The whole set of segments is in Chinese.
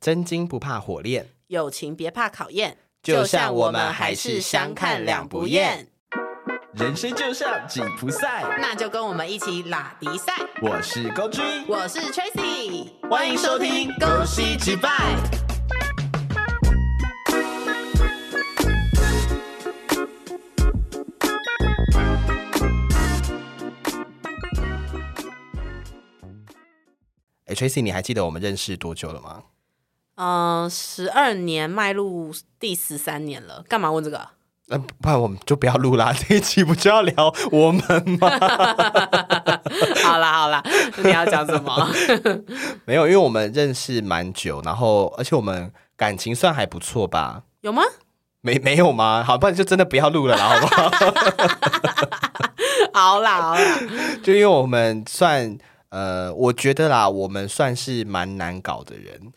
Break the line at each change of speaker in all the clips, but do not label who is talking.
真金不怕火炼，
友情别怕考验，
就像我们还是相看两不厌。
人生就像锦湖赛，
那就跟我们一起拉迪赛。
我是高君，
我是 Tracy，
欢迎收听《恭喜击败》。
哎，Tracy，你还记得我们认识多久了吗？
嗯，十二年迈入第十三年了，干嘛问这个？
那、呃不然我们就不要录啦，这一期不就要聊我们吗？
好啦好啦，你要讲什 么？
没有，因为我们认识蛮久，然后而且我们感情算还不错吧？
有吗？
没没有吗？好，不然就真的不要录了啦，好不 好？
好啦好啦，
就因为我们算呃，我觉得啦，我们算是蛮难搞的人。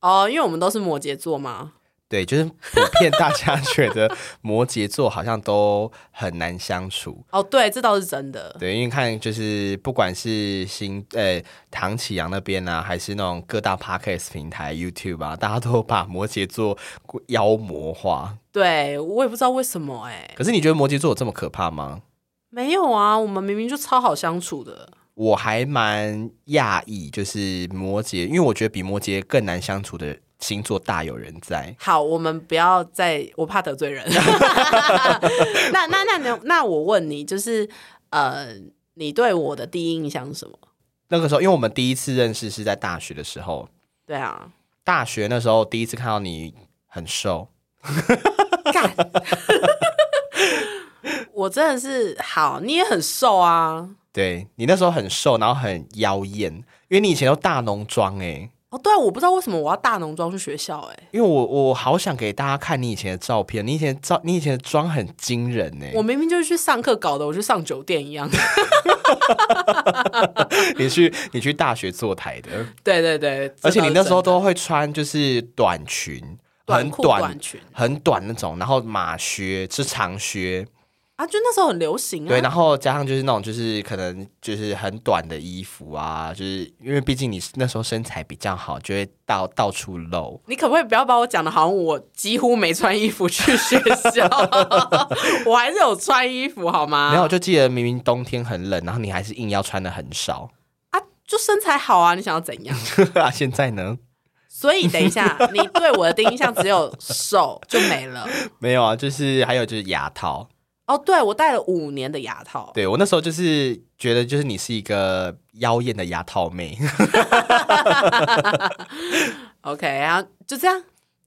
哦，因为我们都是摩羯座嘛。
对，就是普遍大家觉得摩羯座好像都很难相处。
哦，对，这倒是真 的。
对，因为看就是不管是新呃唐启阳那边啊，还是那种各大 podcast 平台 YouTube 啊，大家都把摩羯座妖魔化。
对，我也不知道为什么哎、
可是你觉得摩羯座有这么可怕吗？
没有啊，我们明明就超好相处的。
我还蛮讶异，就是摩羯，因为我觉得比摩羯更难相处的星座大有人在。
好，我们不要再，我怕得罪人。 那那那那那我问你，就是呃，你对我的第一印象是什么？
那个时候，因为我们第一次认识是在大学的时候，
对啊，
大学那时候第一次看到你很瘦，
我真的是好，你也很瘦啊。
对你那时候很瘦，然后很妖艳，因为你以前都大浓妆哎。
哦，对啊，我不知道为什么我要大浓妆去学校、哎，
因为我我好想给大家看你以前的照片，你以前照你以前的妆很惊人欸呢、
我明明就是去上课搞的，我去上酒店一样。
你去你去大学坐台的，
对对对，
而且你那时候
这倒是真的
都会穿就是短裙，
短
很
裤
短
短裙
很短那种，然后马靴是长靴，
啊，就那时候很流行啊。
对，然后加上就是那种就是可能就是很短的衣服啊，就是因为毕竟你那时候身材比较好，就会到到处露。
你可不可以不要把我讲的好像我几乎没穿衣服去学 校？我还是有穿衣服好吗？
没有，就记得明明冬天很冷，然后你还是硬要穿的很少。
啊，就身材好啊，你想要怎样？
啊，现在呢？
所以等一下，你对我的第一印象只有瘦就没了。
没有啊，就是还有就是牙套。
哦，对，我戴了五年的牙套，
对我那时候就是觉得，就是你是一个妖艳的牙套妹。
OK，然后就这样。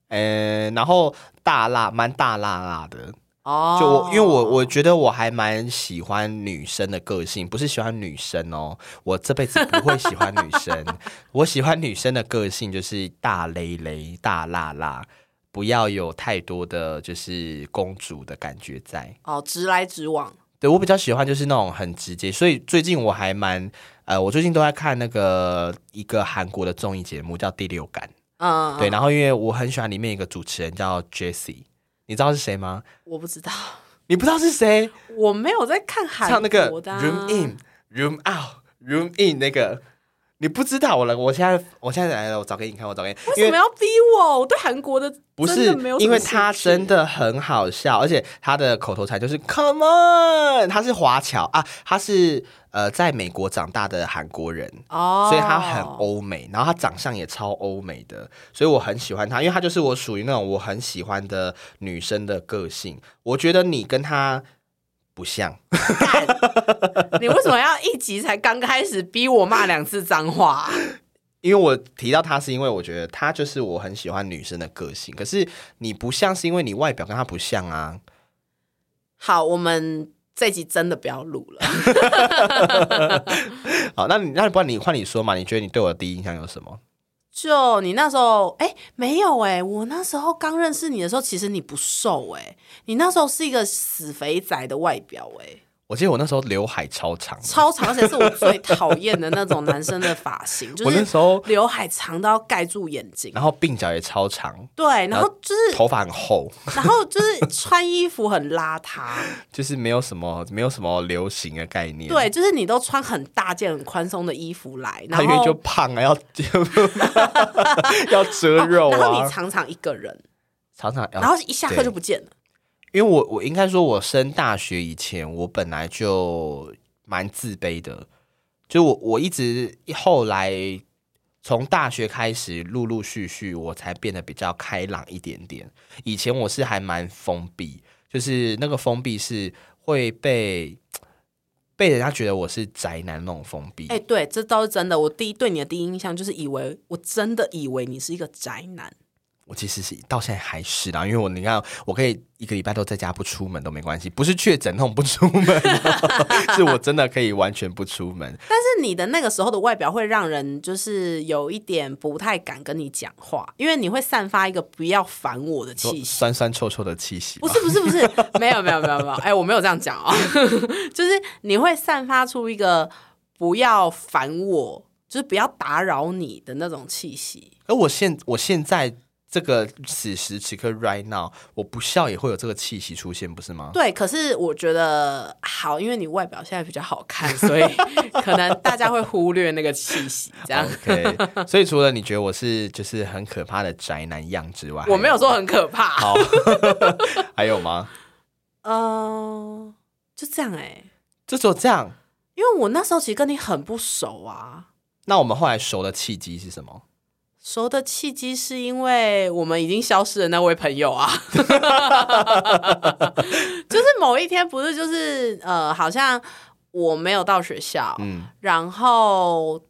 嗯，然后大辣，蛮大辣辣的。
哦，
就我，因为我我觉得我还蛮喜欢女生的个性，不是喜欢女生哦，我这辈子不会喜欢女生。我喜欢女生的个性就是大雷雷、大辣辣，不要有太多的就是公主的感觉在。
哦直来直往，
对我比较喜欢就是那种很直接，所以最近我还蛮呃，我最近都在看那个一个韩国的综艺节目叫《第六感》，
嗯，
对，然后因为我很喜欢里面一个主持人叫 Jessie，你知道是谁吗？
我不知道，
你不知道是谁？
我没有在看
唱
韩
那个
国的、啊、
Room In Room Out Room In 那个，你不知道我了？我现在我现在来了，我找给你看，我找给你，
为
因
什么要逼我？我对韩国的
不
真
是
的没有，什么
因为
兴
他
趣
真的很好笑，而且他的口头禅就是 “Come on”，他是华侨啊，他是呃在美国长大的韩国人，
哦，
所以他很欧美，然后他长相也超欧美的，所以我很喜欢他，因为他就是我属于那种我很喜欢的女生的个性。我觉得你跟他不像，
你为什么要一集才刚开始逼我骂两次脏话、啊
因为我提到他是因为我觉得他就是我很喜欢女生的个性，可是你不像是因为你外表跟他不像啊。
好，我们这集真的不要录了。
好，那你那不然你换你说嘛？你觉得你对我的第一印象有什么？
就你那时候，哎、没有哎、我那时候刚认识你的时候，其实你不瘦哎、你那时候是一个死肥宅的外表哎、
我记得我那时候刘海超长的，
超长，而且是我最讨厌的那种男生的发型，就
我那
是
时候，
刘海长到盖住眼睛。
然后鬓角也超长，
对，然后就是，
头发很厚，
然后就是穿衣服很邋遢，
就是没有什么没有什么流行的概念。
对，就是你都穿很大件、很宽松的衣服来，然
他因为
后
就胖啊，要 要遮肉
哦然后你
啊，哦
常常一个人，
常常要
然后一下课
对
就不见了。
因为我我应该说，我升大学以前，我本来就蛮自卑的，就我我一直后来从大学开始，陆陆续续我才变得比较开朗一点点。以前我是还蛮封闭，就是那个封闭是会被被人家觉得我是宅男那种封闭。
哎、对，这倒是真的。我第一对你的第一印象就是以为我真的以为你是一个宅男，
我其实是到现在还是啦，因为我你看，我可以一个礼拜都在家不出门都没关系，不是确诊那种不出门哦、 是我真的可以完全不出门。
但是你的那个时候的外表会让人就是有一点不太敢跟你讲话，因为你会散发一个不要烦我的
说
气息。
酸酸臭臭的气息
不
吗，
是不是不是，没有没有没有没有，哎、我没有这样讲哦， 就是你会散发出一个不要烦我，就是不要打扰你的那种气息。
而我现我现在这个此时此刻 right now，我不笑也会有这个气息出现，不是吗？
对，可是我觉得好，因为你外表现在比较好看，所以可能大家会忽略那个气息。这
哦
样，
OK，所以除了你觉得我是就是很可怕的宅男样之外，
我没有
说
说很可怕。
好， 还有吗？
呃，就这样哎、
就只有这样。
因为我那时候其实跟你很不熟啊。
那我们后来熟的契机是什么？
熟的契机是因为我们已经消失的那位朋友啊， 就是某一天不是就是呃，好像我没有到学校，
嗯，
然后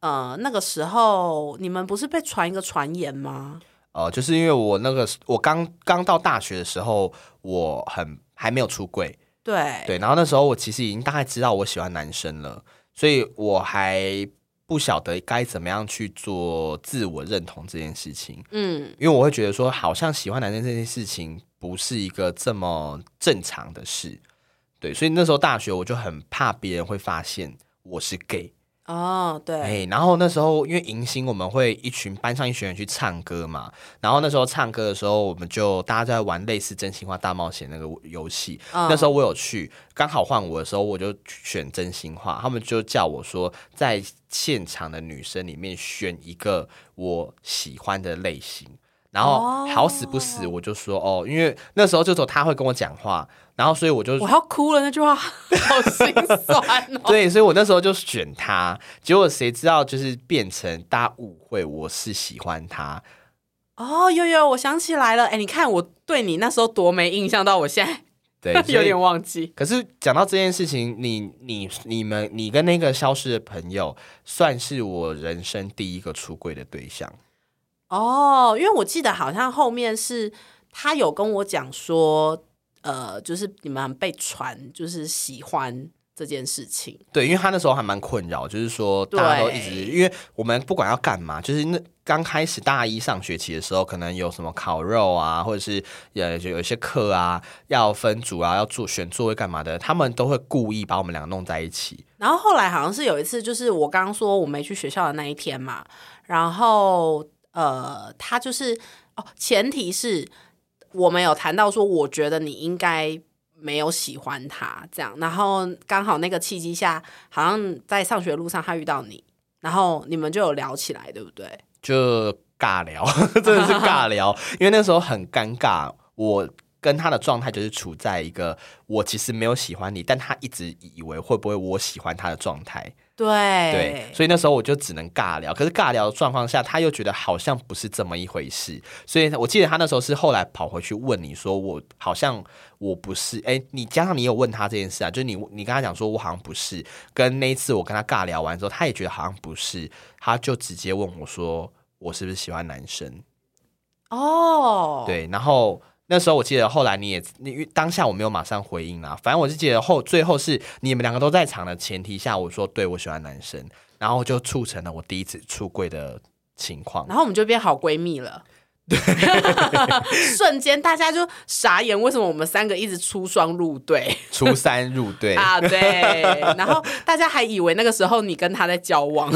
呃那个时候你们不是被传一个传言吗？
呃，就是因为我那个我刚刚到大学的时候，我很还没有出柜，
对，
对，然后那时候我其实已经大概知道我喜欢男生了，所以我还不晓得该怎么样去做自我认同这件事情，
嗯，
因为我会觉得说，好像喜欢男生这件事情不是一个这么正常的事，对，所以那时候大学我就很怕别人会发现我是 gay，
哦，对，
哎，然后那时候因为迎新，我们会一群班上一群人去唱歌嘛，然后那时候唱歌的时候，我们就大家在玩类似真心话大冒险那个游戏。
嗯
那时候我有去，刚好换我的时候，我就选真心话，他们就叫我说，在现场的女生里面选一个我喜欢的类型。然后
哦
好死不死，我就说哦，因为那时候就走他会跟我讲话，然后所以我就
我要哭了，那句话好心酸哦。
对，所以我那时候就选他，结果谁知道就是变成大家误会我是喜欢他，
哦，悠悠，我想起来了，哎，你看我对你那时候多没印象，到我现在
对，所以
有点忘记。
可是讲到这件事情，你你你们你跟那个消失的朋友，算是我人生第一个出柜的对象。
哦，因为我记得好像后面是他有跟我讲说，呃，就是你们被传就是喜欢这件事情，
对，因为他那时候还蛮困扰，就是说
对
大家都一直，因为我们不管要干嘛，就是那刚开始大一上学期的时候，可能有什么烤肉啊，或者是呃有一些课啊，要分组啊，要做选座位干嘛的，他们都会故意把我们俩弄在一起。
然后后来好像是有一次，就是我刚刚说我没去学校的那一天嘛，然后呃，他就是哦，前提是我们有谈到说，我觉得你应该没有喜欢他这样，然后刚好那个契机下，好像在上学路上他遇到你，然后你们就有聊起来，对不对？
就尬聊， 真的是尬聊，因为那时候很尴尬，我。跟他的状态就是处在一个我其实没有喜欢你，但他一直以为会不会我喜欢他的状态，
对
对，所以那时候我就只能尬聊。可是尬聊的状况下，他又觉得好像不是这么一回事，所以我记得他那时候是后来跑回去问你说我好像我不是，哎、你加上你有问他这件事啊，就是你你跟他讲说我好像不是，跟那一次我跟他尬聊完之后，他也觉得好像不是，他就直接问我说我是不是喜欢男生？
哦，
对，然后那时候我记得后来你也，你因为当下我没有马上回应啦，反正我是记得后最后是你们两个都在场的前提下，我说对我喜欢男生，然后就促成了我第一次出柜的情况。
然后我们就变好闺蜜了。瞬间大家就傻眼，为什么我们三个一直出双入对
初三入队
啊？对，然后大家还以为那个时候你跟他在 交往，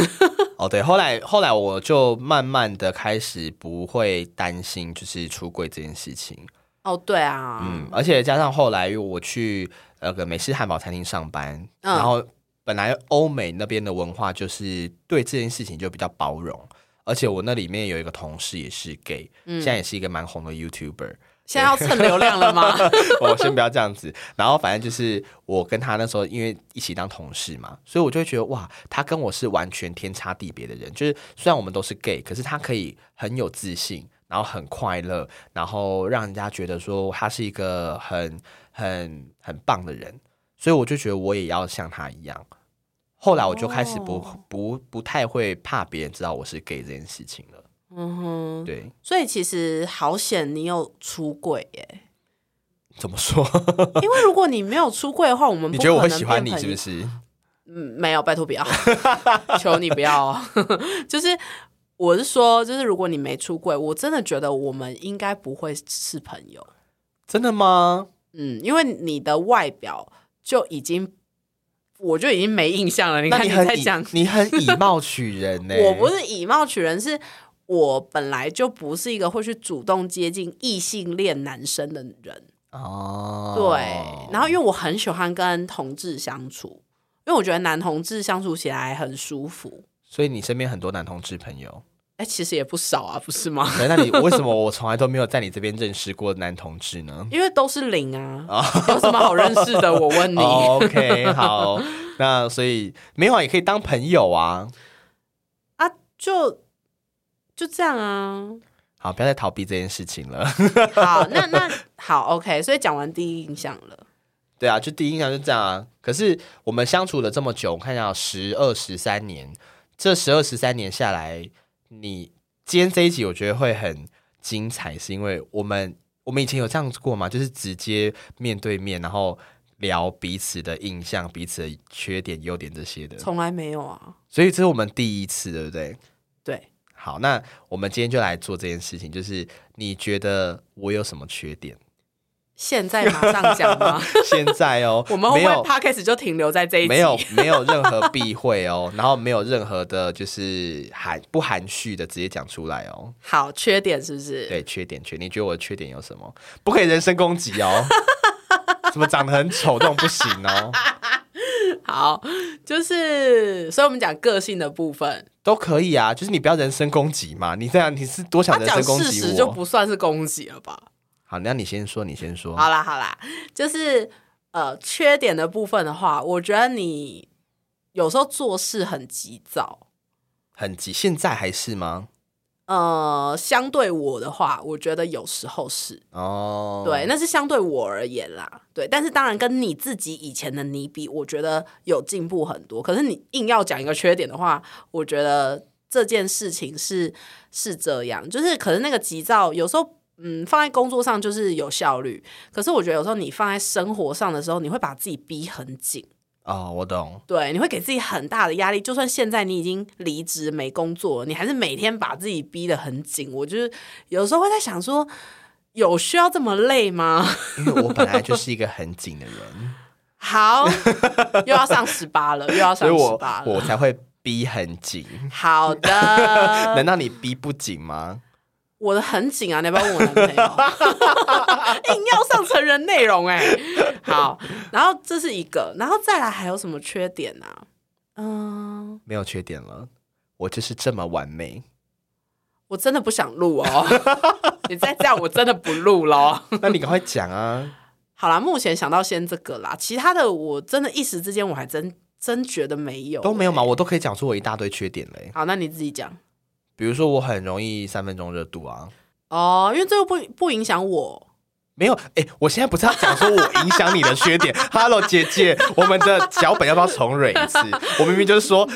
哦，对，后来后来我就慢慢的开始不会担心就是出柜这件事情，
哦，对啊，
嗯，而且加上后来我去那个美式汉堡餐厅上班，
嗯
然后本来欧美那边的文化就是对这件事情就比较包容，而且我那里面有一个同事也是 gay，、现在也是一个蛮红的 YouTuber，
现在要蹭流量 了吗？
我哦先不要这样子。然后反正就是我跟他那时候因为一起当同事嘛，所以我就会觉得哇，他跟我是完全天差地别的人。就是虽然我们都是 gay，可是他可以很有自信，然后很快乐，然后让人家觉得说他是一个很很很棒的人。所以我就觉得我也要像他一样。后来我就开始不、
哦
不不太会怕别人知道我是 gay 这件事情了。
嗯哼，
对，
所以其实好险你有出轨耶，
怎么说？
因为如果你没有出轨的话，我们
你
不
觉得我
可
会
能
喜欢
变
你
朋
是
友
不是？
嗯，没有，拜托不 要，求你不要 哦。就是我是说，就是如果你没出柜，我真的觉得我们应该不会是朋友。
真的吗？
嗯，因为你的外表就已经，我就已经没印象了。你
那
看
你
在
很以
讲，
你很以貌取 人呢、欸
我不是以貌取人，是我本来就不是一个会去主动接近异性恋男生的人。
哦，
对，然后因为我很喜欢跟同志相处，因为我觉得男同志相处起来很舒服。
所以你身边很多男同志朋友，
哎、其实也不少啊，不是吗？
对那你为什么我从来都没有在你这边认识过男同志呢？
因为都是零啊，有什么好认识的？我问你，
哦、o k 好，那所以没有啊，也可以当朋友啊。
啊，就就这样啊。
好，不要再逃避这件事情了。
好，那那好，OK。所以讲完第一印象了，
对啊，就第一印象就这样啊。可是我们相处了这么久，我看一下哦十二十三年，这十二十三年下来，你今天这一集我觉得会很精彩，是因为我们我们以前有这样子过嘛，就是直接面对面，然后聊彼此的印象、彼此的缺点、优点这些的，
从来没有啊。
所以这是我们第一次，对不对？
对，
好，那我们今天就来做这件事情，就是你觉得我有什么缺 点？
现在马上讲吗？ ，
现在哦
我们会
没
不
有
会 p 开始就停留在这一集？
没有没有任何避讳哦， 然后没有任何的，就是含不含蓄的直接讲出来哦。
好，缺点是不是？
对，缺点缺，你觉得我的缺点有什么？不可以人身攻击哦， 什么长得很丑这种不行哦，
好，就是，所以我们讲个性的部分，
都可以啊，就是你不要人身攻击嘛。你这样你是多想
他
人
讲
身攻
事
击
实就
我？
不算是攻击了吧？
好，那你先说，你先说。
好啦好啦，就是呃，缺点的部分的话，我觉得你有时候做事很急躁。
很急，现在还是吗？
呃，相对我的话，我觉得有时候是、
哦，
对，，那是相对我而言啦。对，但是当然跟你自己以前的你比，我觉得有进步很多。可是你硬要讲一个缺点的话，我觉得这件事情是是这样，就是可能那个急躁有时候。嗯，放在工作上就是有效率，可是我觉得有时候你放在生活上的时候，你会把自己逼很紧。
哦，我懂。
对，你会给自己很大的压力。就算现在你已经离职没工作，你还是每天把自己逼得很紧。我就是有时候会在想说，有需要这么累吗？
因为我本来就是一个很紧 的人，
好，又要上十八 了，又要
所
上
以
十
我
八
我
了。
才会逼很紧。
好
难
的，
道你逼不紧吗？
我的很紧啊，你要不要问我男朋友？ 硬要上成人内容哎、好，然后这是一个，然后再来还有什么缺点啊？嗯、
没有缺点了，我就是这么完美。
我真的不想录哦， 你再这样我真的不录喽。
那你赶快讲啊！
好啦，目前想到先这个啦，其他的我真的一时之间我还真真觉得没有、
都没有嘛，
欸
我都可以讲出我一大堆缺点嘞。
好，那你自己讲
比如说，我很容易三分钟热度啊。
哦，因为这个不不影响我。
没有，哎、我现在不是要讲说我影响你的缺点。Hello，姐 姐，我们的脚本要不要重蕊一次？我明明就是说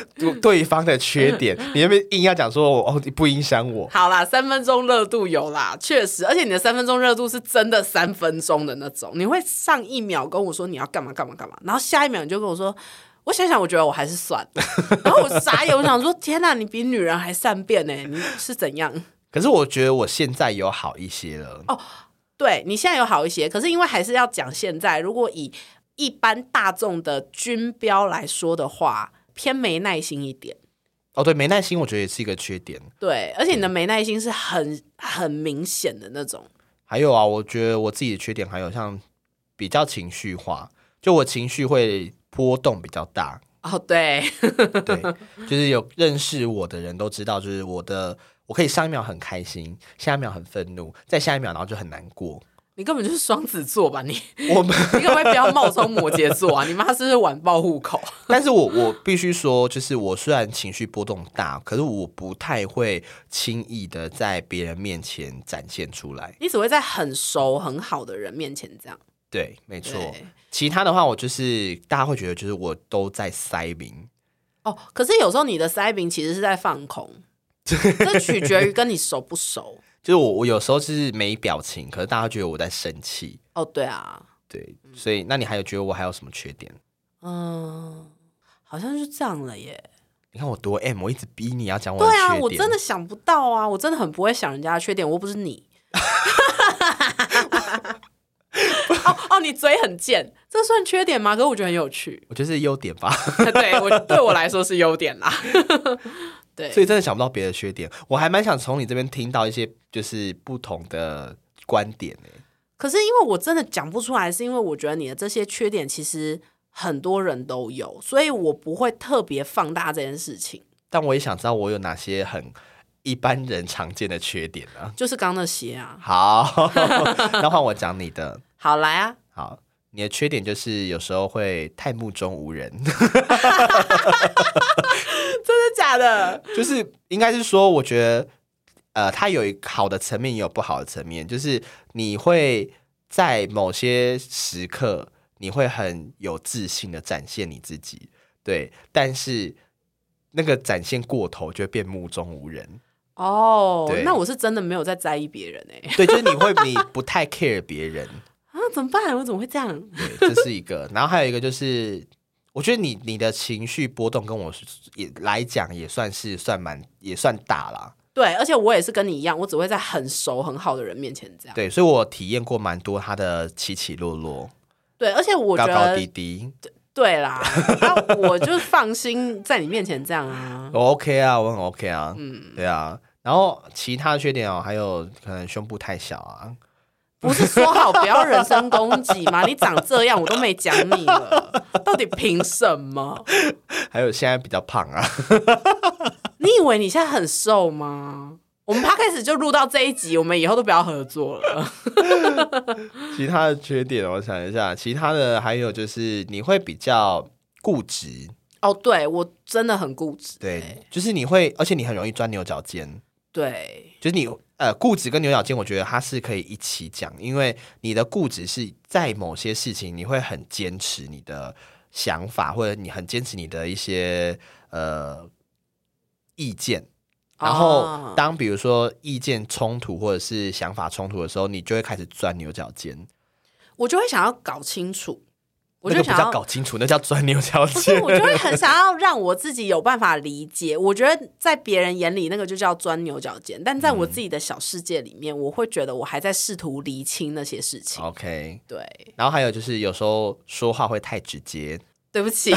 对方的缺点，你那边硬要讲说我哦，你不影响 我。
好啦，三分钟热度有啦，确实，而且你的三分钟热度是真的三分钟的那种，你会上一秒跟我说你要干嘛干嘛干嘛，然后下一秒你就跟我说。我想想，我觉得我还是算了。然后我傻眼，我想说：天哪、你比女人还善变呢、你是怎样？
可是我觉得我现在有好一些了。
对你现在有好一些，可是因为还是要讲现在，如果以一般大众的军标来说的话，偏没耐心一点。
哦，对，没耐心，我觉得也是一个缺点。
对，而且你的没耐心是很很明显的那种。
还有啊，我觉得我自己的缺点还有像比较情绪化，就我情绪会波动比较大。
哦，对，
对， 就是有认识我的人都知道，就是我的，我可以上一秒很开心，下一秒很愤怒，再下一秒然后就很难过。
你根本就是双子座吧？你
我们，
你可不可以不要冒充摩羯座啊？你妈是不是晚报户口？
但是我我必须说，就是我虽然情绪波动大，可是我不太会轻易的在别人面前展现出来。
你只会在很熟很好的人面前这样。
对，没错
对。
其他的话，我就是大家会觉得就是我都在塞明。
哦，可是有时候你的塞饼其实是在放 空，这取决于跟你熟不熟。
就是我我有时候是没表情，可是大家觉得我在生气。
哦，对啊，
对，所以那你还有觉得我还有什么缺点？
嗯，好像就这样了耶。
你看我多 M，我一直逼你要讲我
对
的缺点。，
啊，我真的想不到啊，我真的很不会想人家的缺点，我又不是你。哦哦，你嘴很贱，这算缺点吗？可是我觉得很有趣
我就是优点吧，
对我对我来说是优点啦。 对，
所以真的想不到别的缺点。我还蛮想从你这边听到一些就是不同的观点诶、
可是因为我真的讲不出来，是因为我觉得你的这些缺点其实很多人都有，所以我不会特别放大这件事情。
但我也想知道我有哪些很一般人常见的缺点啊。
就是刚那些啊，
好， 那换我讲你的。
好来啊，
好，你的缺点就是有时候会太目中无人。
真的假的？
就是应该是说，我觉得，呃，它有一个好的层面，也有不好的层面。就是你会在某些时刻，你会很有自信的展现你自己，对，但是那个展现过头，就会变目中无人。
哦、
对
那我是真的没有在在意别人哎、
对，就是你会你不太 care 别人，
啊，怎么办？我怎么会这样？
对，这是一个。然后还有一个就是。我觉得你你的情绪波动跟我是也来讲也算是算蛮也算大啦，
对，而且我也是跟你一样，我只会在很熟很好的人面前这样。
对，所以我体验过蛮多他的起起落落。
对，而且我觉
高
得嗯
高低低、
对啦，那我就放心在你面前这样啊。
我 o k 啊，我很 OK 啊，嗯，对啊。然后其他缺点哦，还有可能胸部太小啊，
不是说好不要人身攻击吗？ 你长这样，我都没讲你了，到底凭什么？
还有现在比较胖啊，
你以为你现在很瘦吗？我们 p 开始就录到这一集，我们以后都不要合作了。
其他的缺点哦我想一下，其他的还有就是你会比较固执，
哦，对我真的很固执，
对，就是你会，而且你很容易钻牛角尖，
对
就是你呃固执跟牛角尖，我觉得它是可以一起讲，因为你的固执是在某些事情你会很坚持你的想法，或者你很坚持你的一些呃意见。然后
哦，
当比如说意见冲突或者是想法冲突的时候，你就会开始钻牛角尖。
我就会想要搞清楚，我
那
就
个不
想
叫
要
搞清楚，那叫钻牛角
不是，
尖。
我就会很想要让我自己有办法理解。我觉得在别人眼里那个就叫钻牛角尖，但在我自己的小世界里面，我会觉得我还在试图厘清那些事情。
OK，
对，
然后还有就是有时候说话会太直接，
对不起，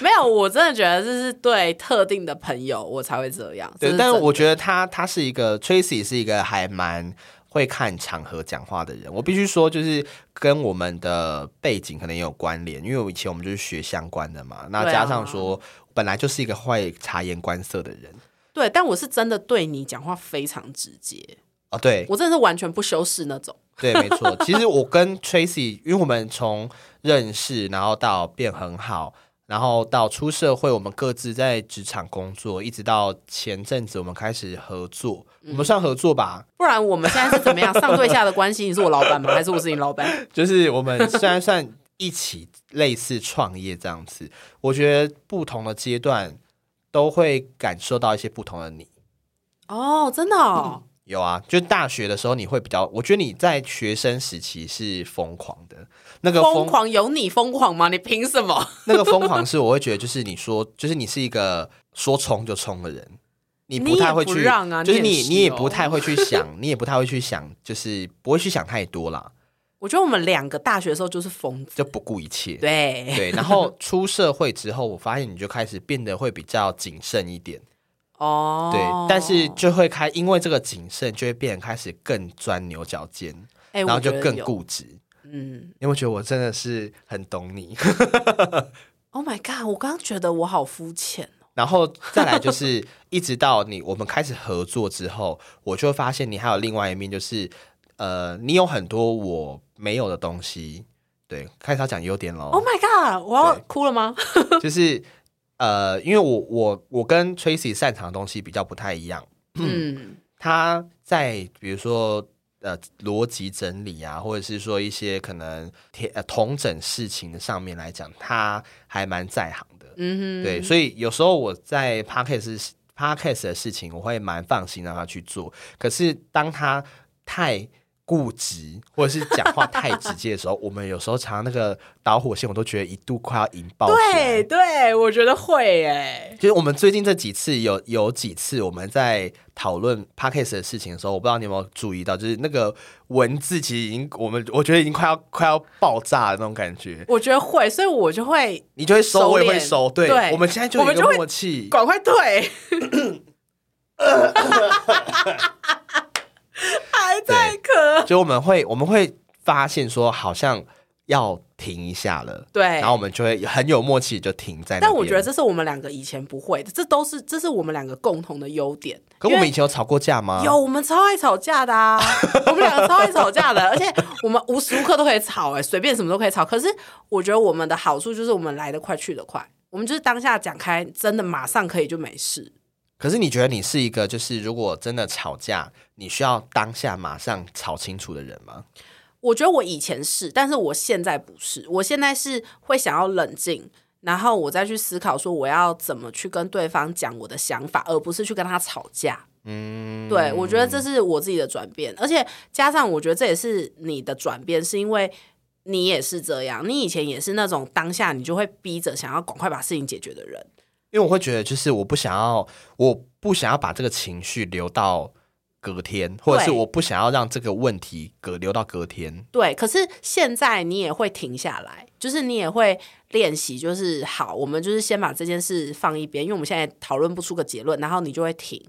没有，我真的觉得这是对特定的朋友我才会这样。这
对，
是
但是
真
我
的
觉得他他是一个 Tracy 是一个还蛮会看场合讲话的人。我必须说，就是跟我们的背景可能也有关联，因为我以前我们就是学相关的嘛，那
对啊
加上说、本来就是一个会察言观色的人。
对，但我是真的对你讲话非常直接，
哦，对，
我真的是完全不修饰那种。
对，没错。其实我跟 Tracy，因为我们从认识，然后到变很好，然后到出社会，我们各自在职场工作，一直到前阵子我们开始合作，我
嗯
们算合作吧。
不然我们现在是怎么样？上对下的关系，你是我老板吗？还是我是你 老板？
就是我们虽然算一起类似创业这样子，我觉得不同的阶段都会感受到一些不同的你。
哦，真的哦，
有啊，就大学的时候你会比较，我觉得你在学生时期是疯狂的，那个
疯狂有你疯狂吗？你凭什么？
那个疯狂是我会觉得，就是你说，就是你是一个说冲就冲的人，你
你
不太
也
会
不
去，
让啊
就是
你也
你
是
你也
哦
不太会去想，你也不太会去想，就是不会去想太多啦，
我觉得我们两个大学的时候就是疯子，
就不顾一切。
对，
对，然后出社会之后，我发现你就开始变得会比较谨慎一点，
哦，
对，但是就会开，因为这个谨慎就会变得开始更钻牛角尖，
哎
然后就更，
我觉得有
固执。
嗯
因为我觉得我真的是很懂你，
，Oh my god，我刚刚觉得我好肤浅哦，
然后再来就是一直到你我们开始合作之后，我就会发现你还有另外一面，就是呃，你有很多我没有的东西。对，开始要讲优点喽。
Oh my god，我要
对
哭了吗？
就是呃，因为我我我跟 Tracy 擅长的东西比较不太一样，
嗯，
他在比如说呃逻辑整理啊，或者是说一些可能贴呃同整事情的上面来讲，他还蛮在行的。
嗯哼，
对，所以有时候我在 podcast podcast 的事情，我会蛮放心让他去做。可是当他太固执，或者是讲话太直接的时候， 我们有时候常常那个导火线，我都觉得一度快要引爆。
对，对，我觉得会哎，
就是我们最近这几次有有几次我们在讨论 podcast 的事情的时候，我不知道你有没有注意到，就是那个文字其实已经我们我觉得已经快要快要爆炸的那种感觉，
我觉得会，所以我就会
你就会收，我也会收。
收敛
对，
对
我们现在就
我
有
们
一个
就会
默契。
赶快退，还在 咳，
就我们会我们会发现说好像要停一下了，
对，
然后我们就会很有默契地就停在那边。
但我觉得，这是我们两个以前不会的，这都是这是我们两个共同的优点。
可我
因
们
为
以前有啊吵过架吗？
有，我们超爱吵架的啊，我们两个超爱吵架的，而且我们无时无刻都可以吵、哎，随便什么都可以吵。可是我觉得我们的好处就是我们来得快去得快，我们就是当下讲开，真的马上可以就没事。
可是你觉得你是一个就是如果真的吵架，你需要当下马上吵清楚的人吗？
我觉得我以前是，但是我现在不是，我现在是会想要冷静。然后我再去思考说我要怎么去跟对方讲我的想法，而不是去跟他吵架。
嗯，
对，我觉得这是我自己的转变，而且加上我觉得这也是你的转变，是因为你也是这样，你以前也是那种当下你就会逼着想要赶快把事情解决的人。
因为我会觉得就是我不想要，我不想要把这个情绪留到隔天，或者是
对
我不想要让这个问题隔留到隔天。
对，可是现在你也会停下来，就是你也会练习，就是好，我们就是先把这件事放一边，因为我们现在讨论不出个结论，然后你就会停。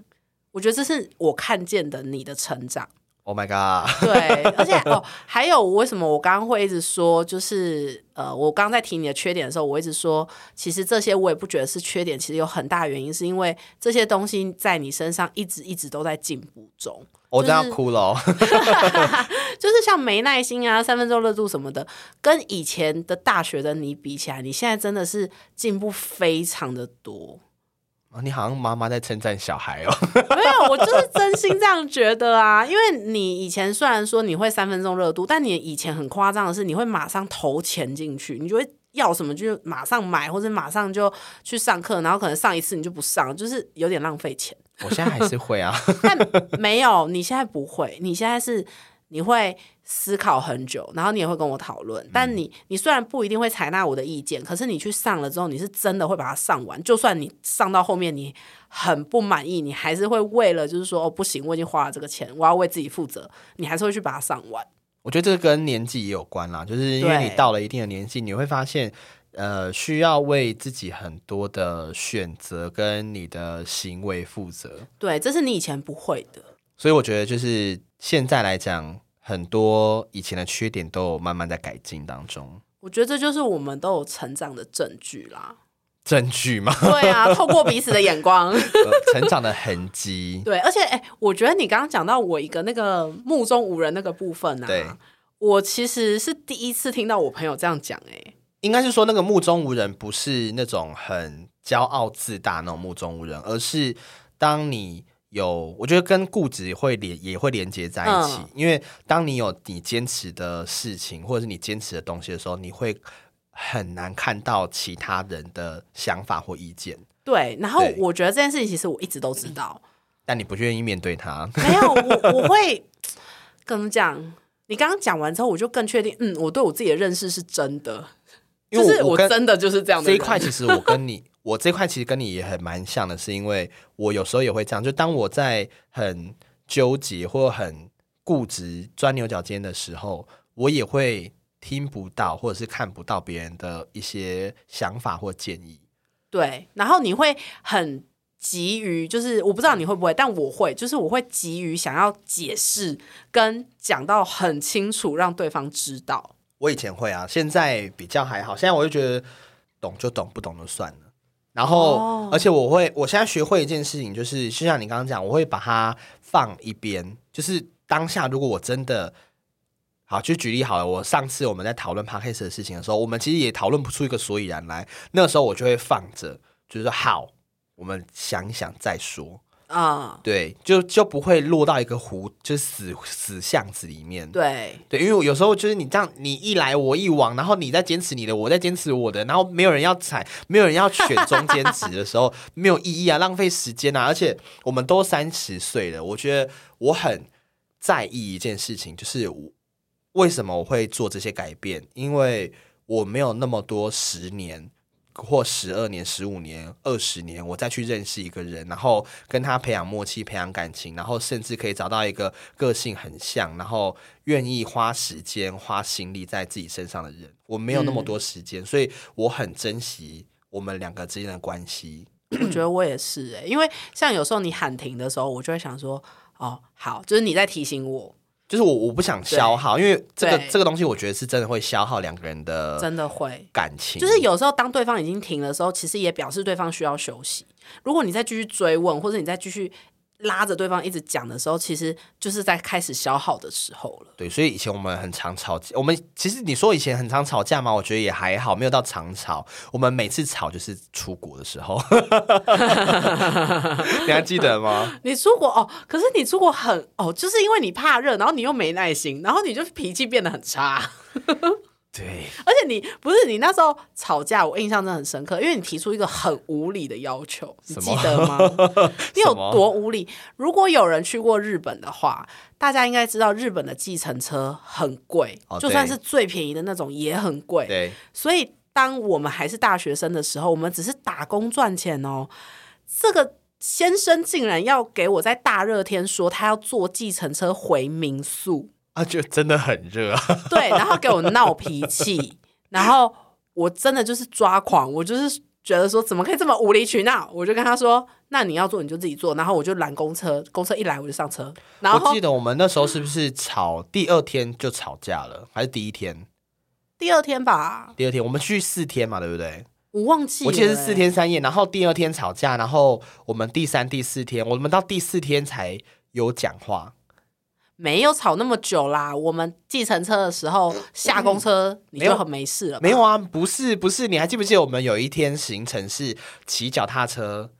我觉得这是我看见的你的成长。
Oh my god！
对，而且哦，还有为什么我刚刚会一直说，就是呃，我刚刚在提你的缺点的时候，我一直说，其实这些我也不觉得是缺点，其实有很大原因是因为这些东西在你身上一直一直都在进步中，
我真要哭了哦、
就是像没耐心啊、三分钟热度什么的，跟以前的大学的你比起来，你现在真的是进步非常的多。
哦你好像妈妈在称赞小孩哦。
没有，我就是真心这样觉得啊。因为你以前虽然说你会三分钟热度，但你以前很夸张的是，你会马上投钱进去，你就会要什么就马上买，或者马上就去上课，然后可能上一次你就不上，就是有点浪费钱。
我现在还是会啊。
但没有，你现在不会，你现在是你会思考很久，然后你也会跟我讨论。但你你虽然不一定会采纳我的意见，可是你去上了之后，你是真的会把它上完。就算你上到后面你很不满意，你还是会为了就是说哦不行，我已经花了这个钱，我要为自己负责，你还是会去把它上完。
我觉得这跟年纪也有关啦，就是因为
对
你到了一定的年纪，你会发现，呃，需要为自己很多的选择跟你的行为负责。
对，这是你以前不会的。
所以我觉得，就是现在来讲，很多以前的缺点都有慢慢在改进当中。
我觉得这就是我们都有成长的证据啦。
证据嘛，
对啊，透过彼此的眼 光。
呃成长的痕迹。
对，而且哎、我觉得你刚刚讲到我一个那个目中无人那个部分啊，
对
我其实是第一次听到我朋友这样讲、哎，
应该是说那个目中无人不是那种很骄傲自大那种目中无人，而是当你有，我觉得跟固执会连也会连接在一起，
嗯
因为当你有你坚持的事情或者是你坚持的东西的时候，你会很难看到其他人的想法或意见，
对，然后
对
我觉得这件事情其实我一直都知道，
但你不愿意面对它。
没有，我我会怎么讲？你刚刚讲完之后，我就更确定，嗯，我对我自己的认识是真的，
因为
就是
我
我
跟
真的就是这样的
这一
人
块，其实我跟你，我这块其实跟你也很蛮像的，是因为我有时候也会这样，就当我在很纠结或很固执、钻牛角尖的时候，我也会听不到或者是看不到别人的一些想法或建议。
对，然后你会很急于，就是我不知道你会不会，但我会，就是我会急于想要解释跟讲到很清楚，让对方知道。
我以前会啊，现在比较还好。现在我就觉得懂就懂，不懂就算了。然后，
哦
而且我会，我现在学会一件事情，就是就像你刚刚讲，我会把它放一边。就是当下，如果我真的好，就举例好了。我上次我们在讨论 podcast 的事情的时候，我们其实也讨论不出一个所以然来。那个时候我就会放着，就是说好，我们想一想再说。
啊、
对，就就不会落到一个湖，就是死死巷子里面。
对，
对，因为我有时候就是你这样，你一来我一往，然后你在坚持你的，我在坚持我的，然后没有人要踩，没有人要选中间值的时候，没有意义啊，浪费时间啊！而且我们都三十岁了，我觉得我很在意一件事情，就是我为什么我会做这些改变，因为我没有那么多十年。或十二年、十五年、二十年，我再去认识一个人，然后跟他培养默契、培养感情，然后甚至可以找到一个个性很像，然后愿意花时间、花心力在自己身上的人。我没有那么多时
嗯
间，所以我很珍惜我们两个之间的关系。
我觉得我也是、欸，因为像有时候你喊停的时候，我就会想说，哦，好，就是你在提醒我，
就是我我不想消耗，因为这个
对
这个东西，我觉得是真的会消耗两个人的
真的会。
感情，
就是有时候当对方已经停的时候，其实也表示对方需要休息。如果你再继续追问，或者你再继续拉着对方一直讲的时候，其实就是在开始消耗的时候了。
对，所以以前我们很常吵架。我们其实你说以前很常吵架嘛，我觉得也还好，没有到常吵。我们每次吵就是出国的时候， 你还记得 吗？
你出国哦，可是你出国很哦，就是因为你怕热，然后你又没耐心，然后你就脾气变得很差。
对，
而且你不是你那时候吵架，我印象真的很深刻，因为你提出一个很无理的要求，你
什
记
么
得 吗？你有
什么
多无理？如果有人去过日本的话，大家应该知道日本的计程车很贵，
哦
就
对
算是最便宜的那种也很贵。
对，
所以当我们还是大学生的时候，我们只是打工赚钱哦，这个。先生竟然要给我在大热天说他要坐计程车回民宿，
啊，就真的很热啊。
对，然后给我闹脾气， 然后我真的就是抓狂，我就是觉得说怎么可以这么无理取闹，我就跟他说，那你要做你就自己做，然后我就拦公车，公车一来我就上车，然
我
后
记得我们那时候是不是吵第二天就吵架了，还是第一天？
第二天吧，
第二天我们去四天嘛，对不对？
我忘记了、
我记得是四，天三夜，然后第二天吵架，然后我们第三、第四天，我们到第四天才有讲话。
没有吵那么久啦。我们计程车的时候下公车你
嗯没
就
有
很没事了吧，
没有啊，不是不是，你还记不记得我们有一天行程是骑脚踏车？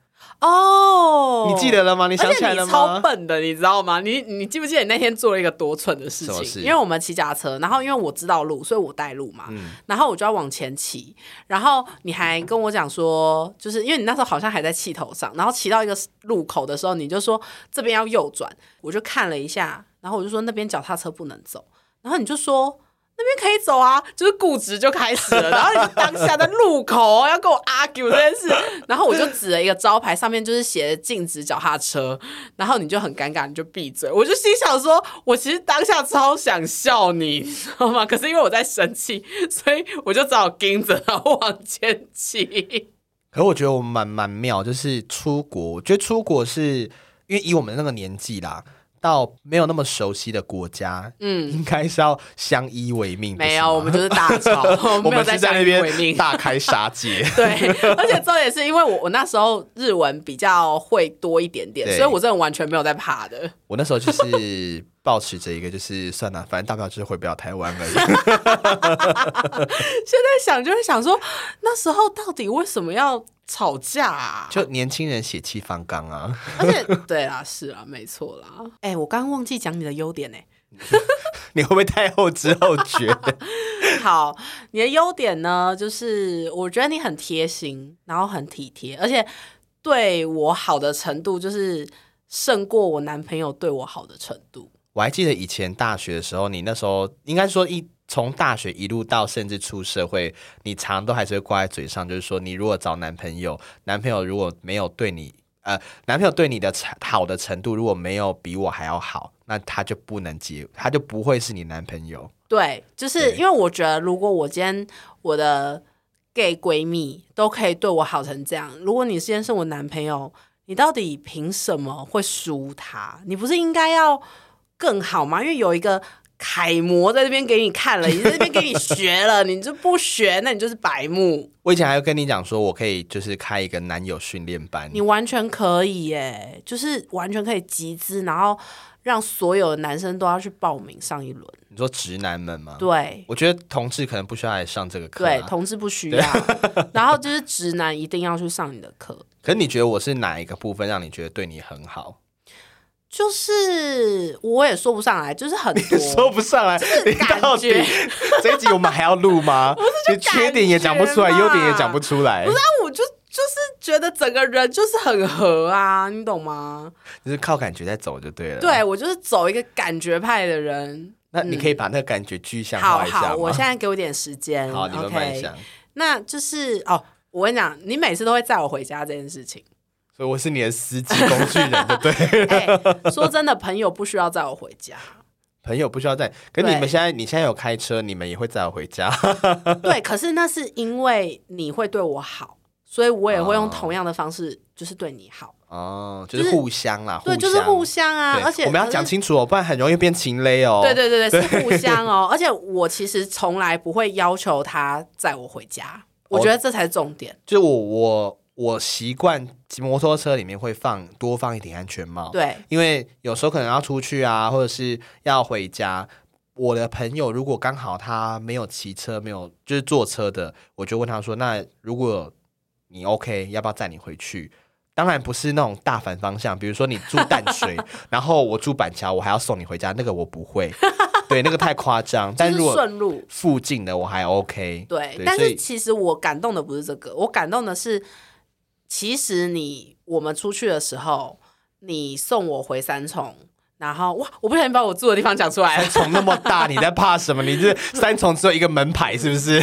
哦，
你记得。了吗？你想
而
起
且
来
你
了
超
吗？
笨的，你知道吗？你你记不记得你那天做了一个多蠢的事
什么
情？
事
因为我们骑脚踏车，然后因为我知道路，所以我带路嘛，
嗯
然后我就要往前骑，然后你还跟我讲说，就是因为你那时候好像还在气头上，然后骑到一个路口的时候，你就说这边要右转，我就看了一下，然后我就说那边脚踏车不能走，然后你就说。那边可以走啊，就是固执就开始了，然后你就当下在路口要跟我 argue 这件事，然后我就指了一个招牌，上面就是写着禁止脚踏车，然后你就很尴尬，你就闭嘴。我就心想说，我其实当下超想笑你，你知道吗？可是因为我在生气，所以我就只好盯着，然后往前 骑。
可我觉得我们蛮蛮妙，就是出国，我觉得出国是因为以我们那个年纪啦，到没有那么熟悉的国家，
嗯，
应该是要相依为命。不是
没有，我
吗
们就是大 吵，
我
没有
们是
相
在那
依为
边
命。
大开杀戒。
对，而且重点是因为我我那时候日文比较会多一点点，
对
所以我真的完全没有在怕的。
我那时候就是保持着一个，就是算了，反正大不了就是回不了台湾而已。
现在想就会想说，那时候到底为什么要吵架啊？
就年轻人血气方刚啊，
而且对啦，是啦，没错啦。哎、我刚刚忘记讲你的优点呢、欸
你会不会太后知后觉？
好，你的优点呢，就是我觉得你很贴心，然后很体贴，而且对我好的程度，就是胜过我男朋友对我好的程度。
我还记得以前大学的时候，你那时候应该说一从大学一路到甚至出社会，你常都还是会挂在嘴上，就是说你如果找男朋友，男朋友如果没有对你。呃，男朋友对你的程好的程度，如果没有比我还要好，那他就不能结，他就不会是你男朋友。
对，就是
对
因为我觉得，如果我今天我的 gay 闺蜜都可以对我好成这样，如果你今天是我男朋友，你到底凭什么会输他？你不是应该要更好吗？因为有一个楷模在这边给你看了，你在这边给你学了，你就不学，那你就是白 目。
我以前还会跟你讲说，我可以就是开一个男友训练班
你。完全可以耶，就是完全可以集资，然后让所有的男生都要去报名上一轮。
你说直男们吗？，
对，
我觉得同志可能不需要来上这个课、啊。
对，同志不需要。 然后就是直男一定要去上你的课，
可是你觉得我是哪一个部分让你觉得对你很好？
就是我也说不上来，就 是很
说
多。
不上来，你
感
到底
觉
这一集我们还要录吗？你
就
缺点也讲不出来，
感觉嘛
优点也讲不出来，
那我就就是觉得整个人就是很合啊，你懂吗？
就是靠感觉在走就对了。，啊嗯
对我就是走一个感觉派的人。
那你可以把那个感觉具象
好
化一下
好，
吗？
我现在给我点时间。
好，你慢慢
o
想
k。那就是哦，我跟你讲，你每次都会载我回家这件事情。
所以我是你的司机工具人，对不 对？
哎、说真的，朋友不需要载我回家。
朋友不需要带，可你
对
们现在你现在有开车，你们也会载我回家。
对，可是那是因为你会对我好，所以我也会用
哦
同样的方式，就是对你好。
哦，就
就是是
互相啦，
对，就是互相啊
对，
而且
我们要
可
讲
是。
清楚哦，不然很容易变情勒哦。
对对对对，是互相哦。而且我其实从来不会要求他载我回家，我
哦
觉得这才是重点。
就我我我习惯骑摩托车里面会放多放一顶安全帽，，
对，
因为有时候可能要出去啊，或者是要回家。我的朋友如果刚好他没有骑车，没有就是坐车的，我就问他说：“那如果你 OK，要不要载你回去？”当然不是那种大反方向，比如说你住淡水， 然后我住板桥，我还要送你回家，那个我不会，对，那个太夸张。但
就是
如果
顺路。
附近的我还 OK，
对，但
所
是
以
其实我感动的不是这个，我感动的是，其实你我们出去的时候，你送我回三重，然后哇，我不小心把我住的地方讲出来了
三。重那么大，你在怕什么？你这三重只有一个门牌，是不 是？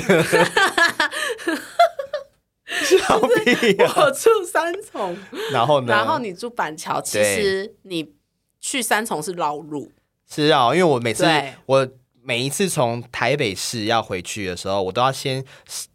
笑屁呀、
我住三重，
然后呢？
然后你住板桥，其
对
实你去三重是绕路，
是啊，因为我每次
对
我每一次从台北市要回去的时候，我都要先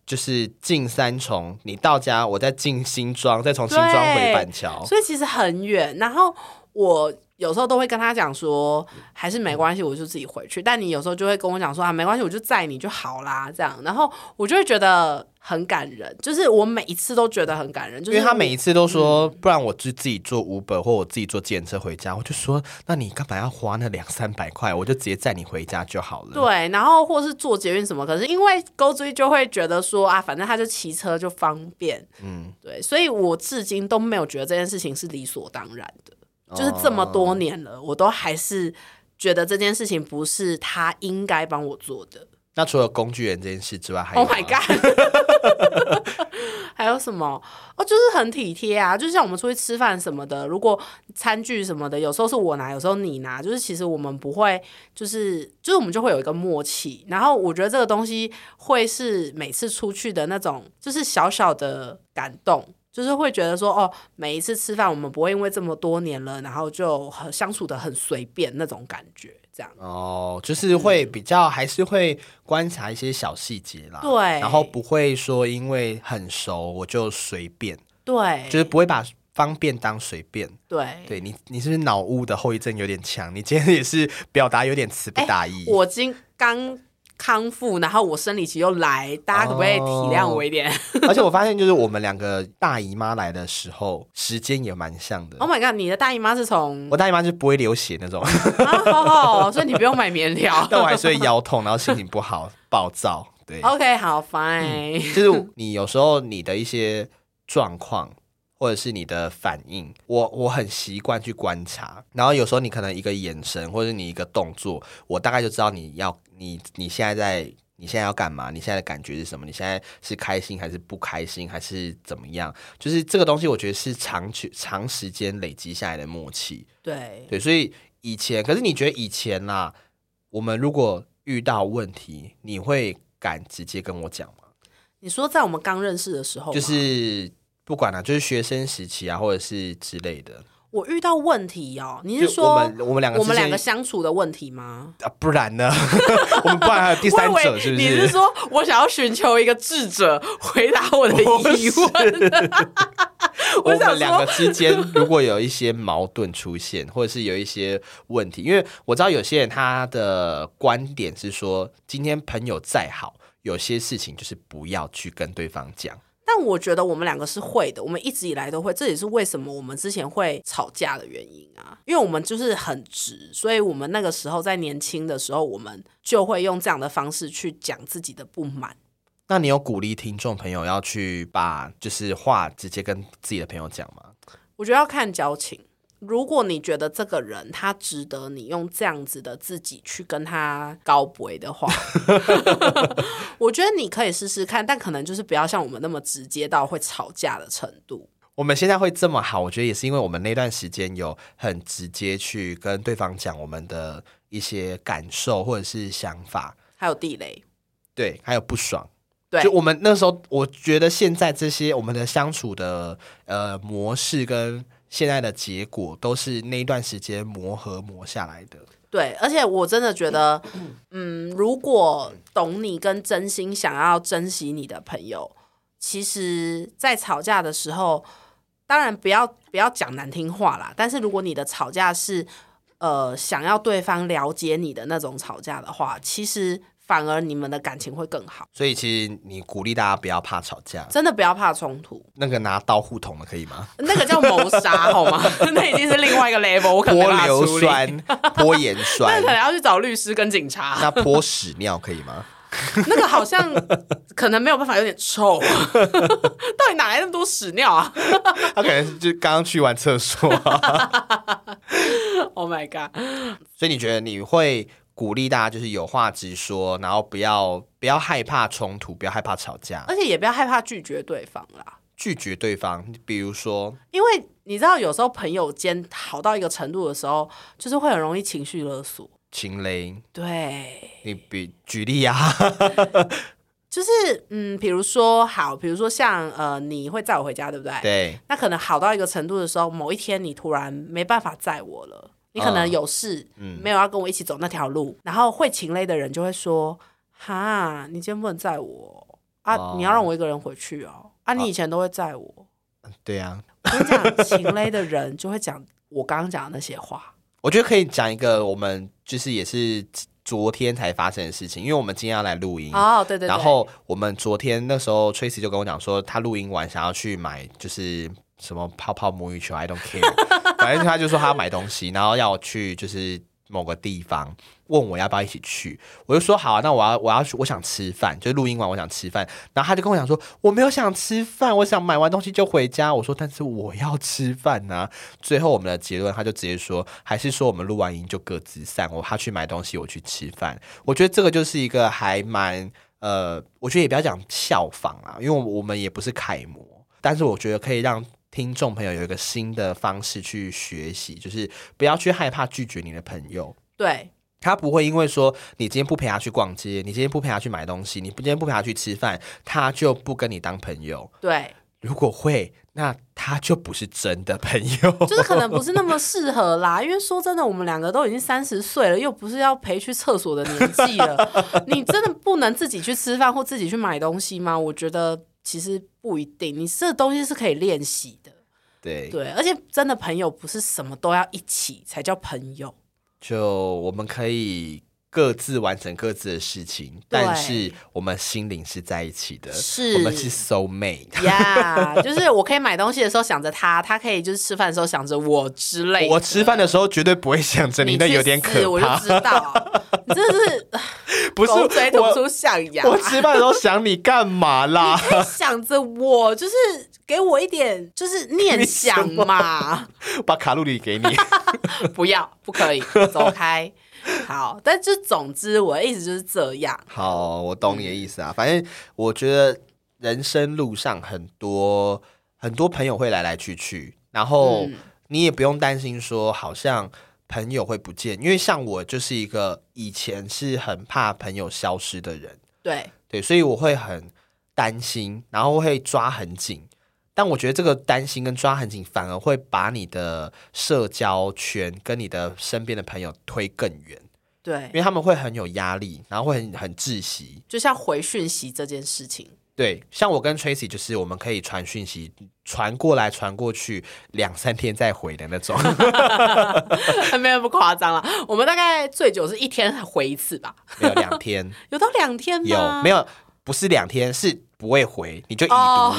就是进三重，你到家，我再进新庄，再从新庄回
对
板桥。
所以其实很远。然后我有时候都会跟他讲说，还是没关系，我就自己回去。但你有时候就会跟我讲说啊，没关系，我就载你就好啦，这样。然后我就会觉得很感人，就是我每一次都觉得很感人，就
因
是嗯
为他
我
每一次都说，不然我就自己坐 Uber 或我自己坐电车回家，我就说，那你干嘛要花那两三百块？我就直接载你回家就好了。
对，然后或是坐捷运什么，可是因为勾追就会觉得说啊，反正他就骑车就方便，嗯，对，所以我至今都没有觉得这件事情是理所当然的，就是这么多年了，我都还是觉得这件事情不是他应该帮我做的。
那除了工具人这件事之外，还有
Oh
吗
my god！还有什么？哦，就是很体贴啊，就像我们出去吃饭什么的，如果餐具什么的，有时候是我拿，有时候你拿，就是其实我们不会，就是就是我们就会有一个默契。然后我觉得这个东西会是每次出去的那种，就是小小的感动。就是会觉得说，哦，每一次吃饭，我们不会因为这么多年了，然后就很相处的很随便那种感觉，这样。
哦，就是会比较还是会观察一些小细节啦，
嗯对
然后不会说因为很熟我就随便，
对，
就是不会把方便当随便。
对，
对你，你是不是脑雾的后遗症有点强？你今天也是表达有点词不达意。
哎我今刚康复，然后我生理期又来，大家可不可以体谅我一点、
而且我发现，就是我们两个大姨妈来的时候，时间也蛮像的。
o h Oh my god，你的大姨妈是从
我大姨妈是不会流血那种，。
啊，好好哦，所以你不用买棉 条
但我还是会腰痛，然后心情不好，暴躁。对，
OK，好，fine，、
就是你有时候你的一些状况，或者是你的反应，我我很习惯去观察。然后有时候你可能一个眼神，或者你一个动作，我大概就知道你要你你现在在你现在要干嘛，你现在的感觉是什么，你现在是开心还是不开心，还是怎么样？就是这个东西，我觉得是长久长时间累积下来的默契。
对，
啊对，所以以前，可是你觉得以前啦，我们如果遇到问题，你会敢直接跟我讲吗？
你说在我们刚认识的时候吗，啊
就是不管了、啊就是学生时期啊，或者是之类的。
我遇到问题哦，你
就是
说
我们我们两个
我们
之间
两个相处的问题吗？
啊，不然呢？ 我们不然还有第三
我以
者
为
是不
你是说我想要寻求一个智者回答我的疑问？
我
我想
们两个
说，
之间 如果有一些矛盾出现，或者是有一些问题，因为我知道有些人他的观点是说，今天朋友再好，有些事情就是不要去跟对方讲。
但我觉得我们两个是会的，我们一直以来都会，这也是为什么我们之前会吵架的原因啊，因为我们就是很直，所以我们那个时候在年轻的时候，我们就会用这样的方式去讲自己的不满。
那你有鼓励听众朋友要去把就是话直接跟自己的朋友讲吗？
我觉得要看交情。如果你觉得这个人他值得你用这样子的自己去跟他高博 的话， 我觉得你可以试试看，但可能就是不要像我们那么直接到会吵架的程度。
我们现在会这么好，我觉得也是因为我们那段时间有很直接去跟对方讲我们的一些感受或者是想法，
还有地雷，
对，还有不爽。
对
就我们那时候，我觉得现在这些我们的相处的呃模式跟现在的结果，都是那一段时间磨合磨下来的。
对，而且我真的觉得，嗯，如果懂你跟真心想要珍惜你的朋友，其实，在吵架的时候，当然不要不要讲难听话啦。但是如果你的吵架是呃想要对方了解你的那种吵架的话，其实反而你们的感情会更好。
所以其实你鼓励大家不要怕吵架，
真的不要怕冲突，
那个拿刀互捅的可以 吗？
那个叫谋杀，好吗？ 那已经是另外一个 level，我可能没
泼
办法
硫
处理。
酸、 泼盐
那
酸
可，能要去找律师跟警察。
那泼屎尿可以吗？
那个好像可能没有办法，有点臭。啊到底哪来那么多屎尿啊
他可能就刚刚去完厕所、
？Oh my god！
所以你觉得你会鼓励大家就是有话直说，然后不要不要害怕冲突，不要害怕吵架，
而且也不要害怕拒绝对方啦，
拒绝对方。比如说，
因为你知道有时候朋友间好到一个程度的时候，就是会很容易情绪勒索。
秦雷，
对，
你比举例啊，
就是嗯，比如说好，比如说像呃，你会载我回家，对不对？。
对，
那可能好到一个程度的时候，某一天你突然没办法载我了，你
啊
可能有事，
嗯
没有要跟我一起走那条路，然后会情累的人就会说：“哈，你今天不能载我啊，
哦
你要让我一个人回去哦，啊，你以前都会载我。
对啊，
我跟你讲，情累的人就会讲我刚刚讲的那 些话。
我觉得可以讲一个我们就是也是昨天才发生的事情，因为我们今天要来录音。
哦，对对对，
嗯然后我们昨天那时候，Tracy 就跟我讲说，他录音完想要去买就是什么泡泡母语球，I don't care，反 正他就说他要买东西，然后要我去就是某个地方，问我要不要一起去，我就说好、啊，那我要我要去，我想吃饭，就是录音完我想吃饭，然后他就跟我讲说我没有想吃饭，我想买完东西就回家。我说但是我要吃饭呐、最后我们的结论，他就直接说还是说我们录完音就各自散，我他去买东西，我去吃饭。我觉得这个就是一个还蛮呃，我觉得也不要讲效仿啊，因为我们也不是楷模，但是我觉得可以让。听众朋友有一个新的方式去学习，就是不要去害怕拒绝你的朋友，
对
他不会因为说你今天不陪他去逛街，你今天不陪他去买东西，你今天不陪他去吃饭，他就不跟你当朋友。
对，
如果会，那他就不是真的朋友。
就是可能不是那么适合啦，因为说真的，我们两个都已经三十岁了，又不是要陪去厕所的年 纪了。你真的不能自己去吃饭或自己去买东西吗？我觉得其实不一定，你这东西是可以练习的。
对，
对，而且真的朋友不是什么都要一起才叫朋 友。
就我们可以各自完成各自的事情，但是我们心灵是在一起的，
是
我们是 soul mate。
呀就是我可以买东西的时候想着他，他可以就是吃饭的时候想着我之类的。
我吃饭的时候绝对不会想着你，那
去
有点
死
可
我就
怕。
知道，你真的是
不是
狗嘴吐
我，
出象牙。
我吃饭的时 候想你干嘛啦？
想着我，就是给我一点就是念想嘛，
把卡路里给你。
不要，不可以，走开。好，但就总之我的意思就是这样，
好，我懂你的意思啊。反正我觉得人生路上很多嗯很多朋友会来来去去，然后你也不用担心说好像朋友会不见，因为像我就是一个以前是很怕朋友消失的人，
对，
对，所以我会很担心，然后会抓很紧。但我觉得这个担心跟抓很紧，反而会把你的社交圈跟你的身边的朋友推更远，因
对，
为他们会很有压力，然后会很很窒息。
就像回讯息这件事 情，
对，像我跟 Tracy 就是我们可以传讯息，传过来传过去，两三天再回的那种。
没有不夸张了。我们大概最久是一天回一次吧，
没有两 天，
有到两天吗？
有没
有？
有？不是两天，是不会回，你就已读
哦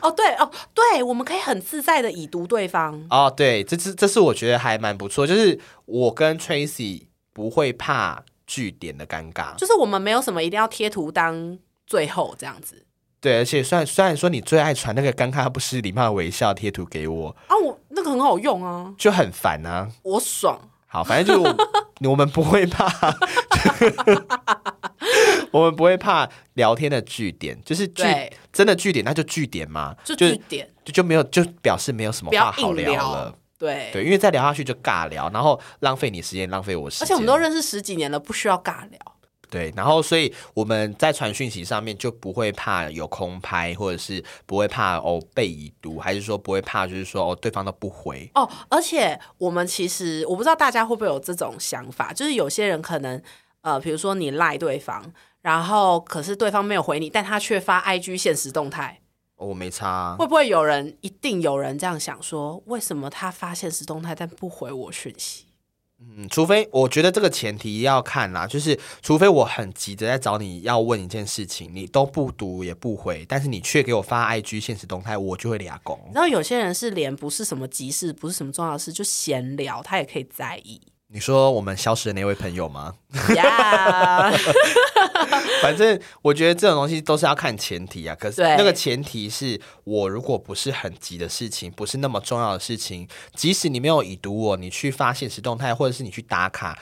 我。
哦，对哦，对，我们可以很自在的已读对方。
哦，对，这是这是我觉得还蛮不错，就是我跟 Tracy 不会怕据点的尴尬。
就是我们没有什么一定要贴图当最后这样子
对，而且虽然虽然说你最爱传那个尴尬不失礼貌的微笑贴图给我，
啊，我那个很好用啊，
就很烦啊。
我爽。
好，反正就是我 我们不会怕，我们不会怕聊天的据点，就是据
对
真的据点，那就据点嘛，
就
就
据点，
就就没有就表示没有什么
不要
话好
硬
聊了。
对，
对，因为再聊下去就尬聊，然后浪费你时间，浪费我时间。
而且我们都认识十几年了，不需要尬聊。
对，然后所以我们在传讯息上面就不会怕有空拍，或者是不会怕哦被已读，还是说不会怕就是说哦对方都不回。
哦，而且我们其实我不知道大家会不会有这种想法，就是有些人可能呃，比如说你赖对方，然后可是对方没有回你，但他却发 IG 现实动态，
哦，我没差啊、
会不会有人一定有人这样想说，为什么他发现实动态但不回我讯息？
嗯，除非我觉得这个前提要看啦，就是除非我很急着在找你要问一件事情，你都不读也不回，但是你却给我发 IG 现实动态，我就会俩拱
你。知道有些人是连不是什么急事，不是什么重要的事，就闲聊，他也可以在 意。
你说我们消失的那位朋友吗？啊
呀、
反正我觉得这种东西都是要看前提啊。可是
对
那个前提是我如果不是很急的事情，不是那么重要的事情，即使你没有已读我，你去发现实动态或者是你去打卡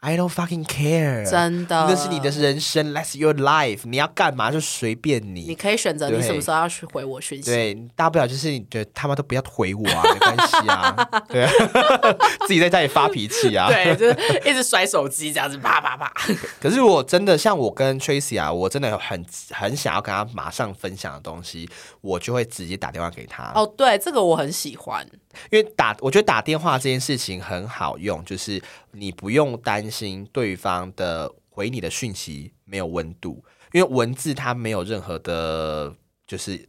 ，I don't fucking care，
真的
那是你的人生，That's your life，你要干嘛就随便
你
你。
可以选择
对
你什么时候要去回我讯息。
对，大不了就是你觉得他妈都不要回我啊，没关系 啊，对啊， 自己在家里发脾气啊。
对，就是一直甩手机这样子，啪啪啪。
可是我真的像我跟 Tracy 啊，我真的有很很想要跟他马上分享的东西，我就会直接打电话给他。
哦，对，这个我很喜欢。
因为打，我觉得打电话这件事情很好用，就是你不用担心对方的回你的讯息没有温度，因为文字它没有任何的，就是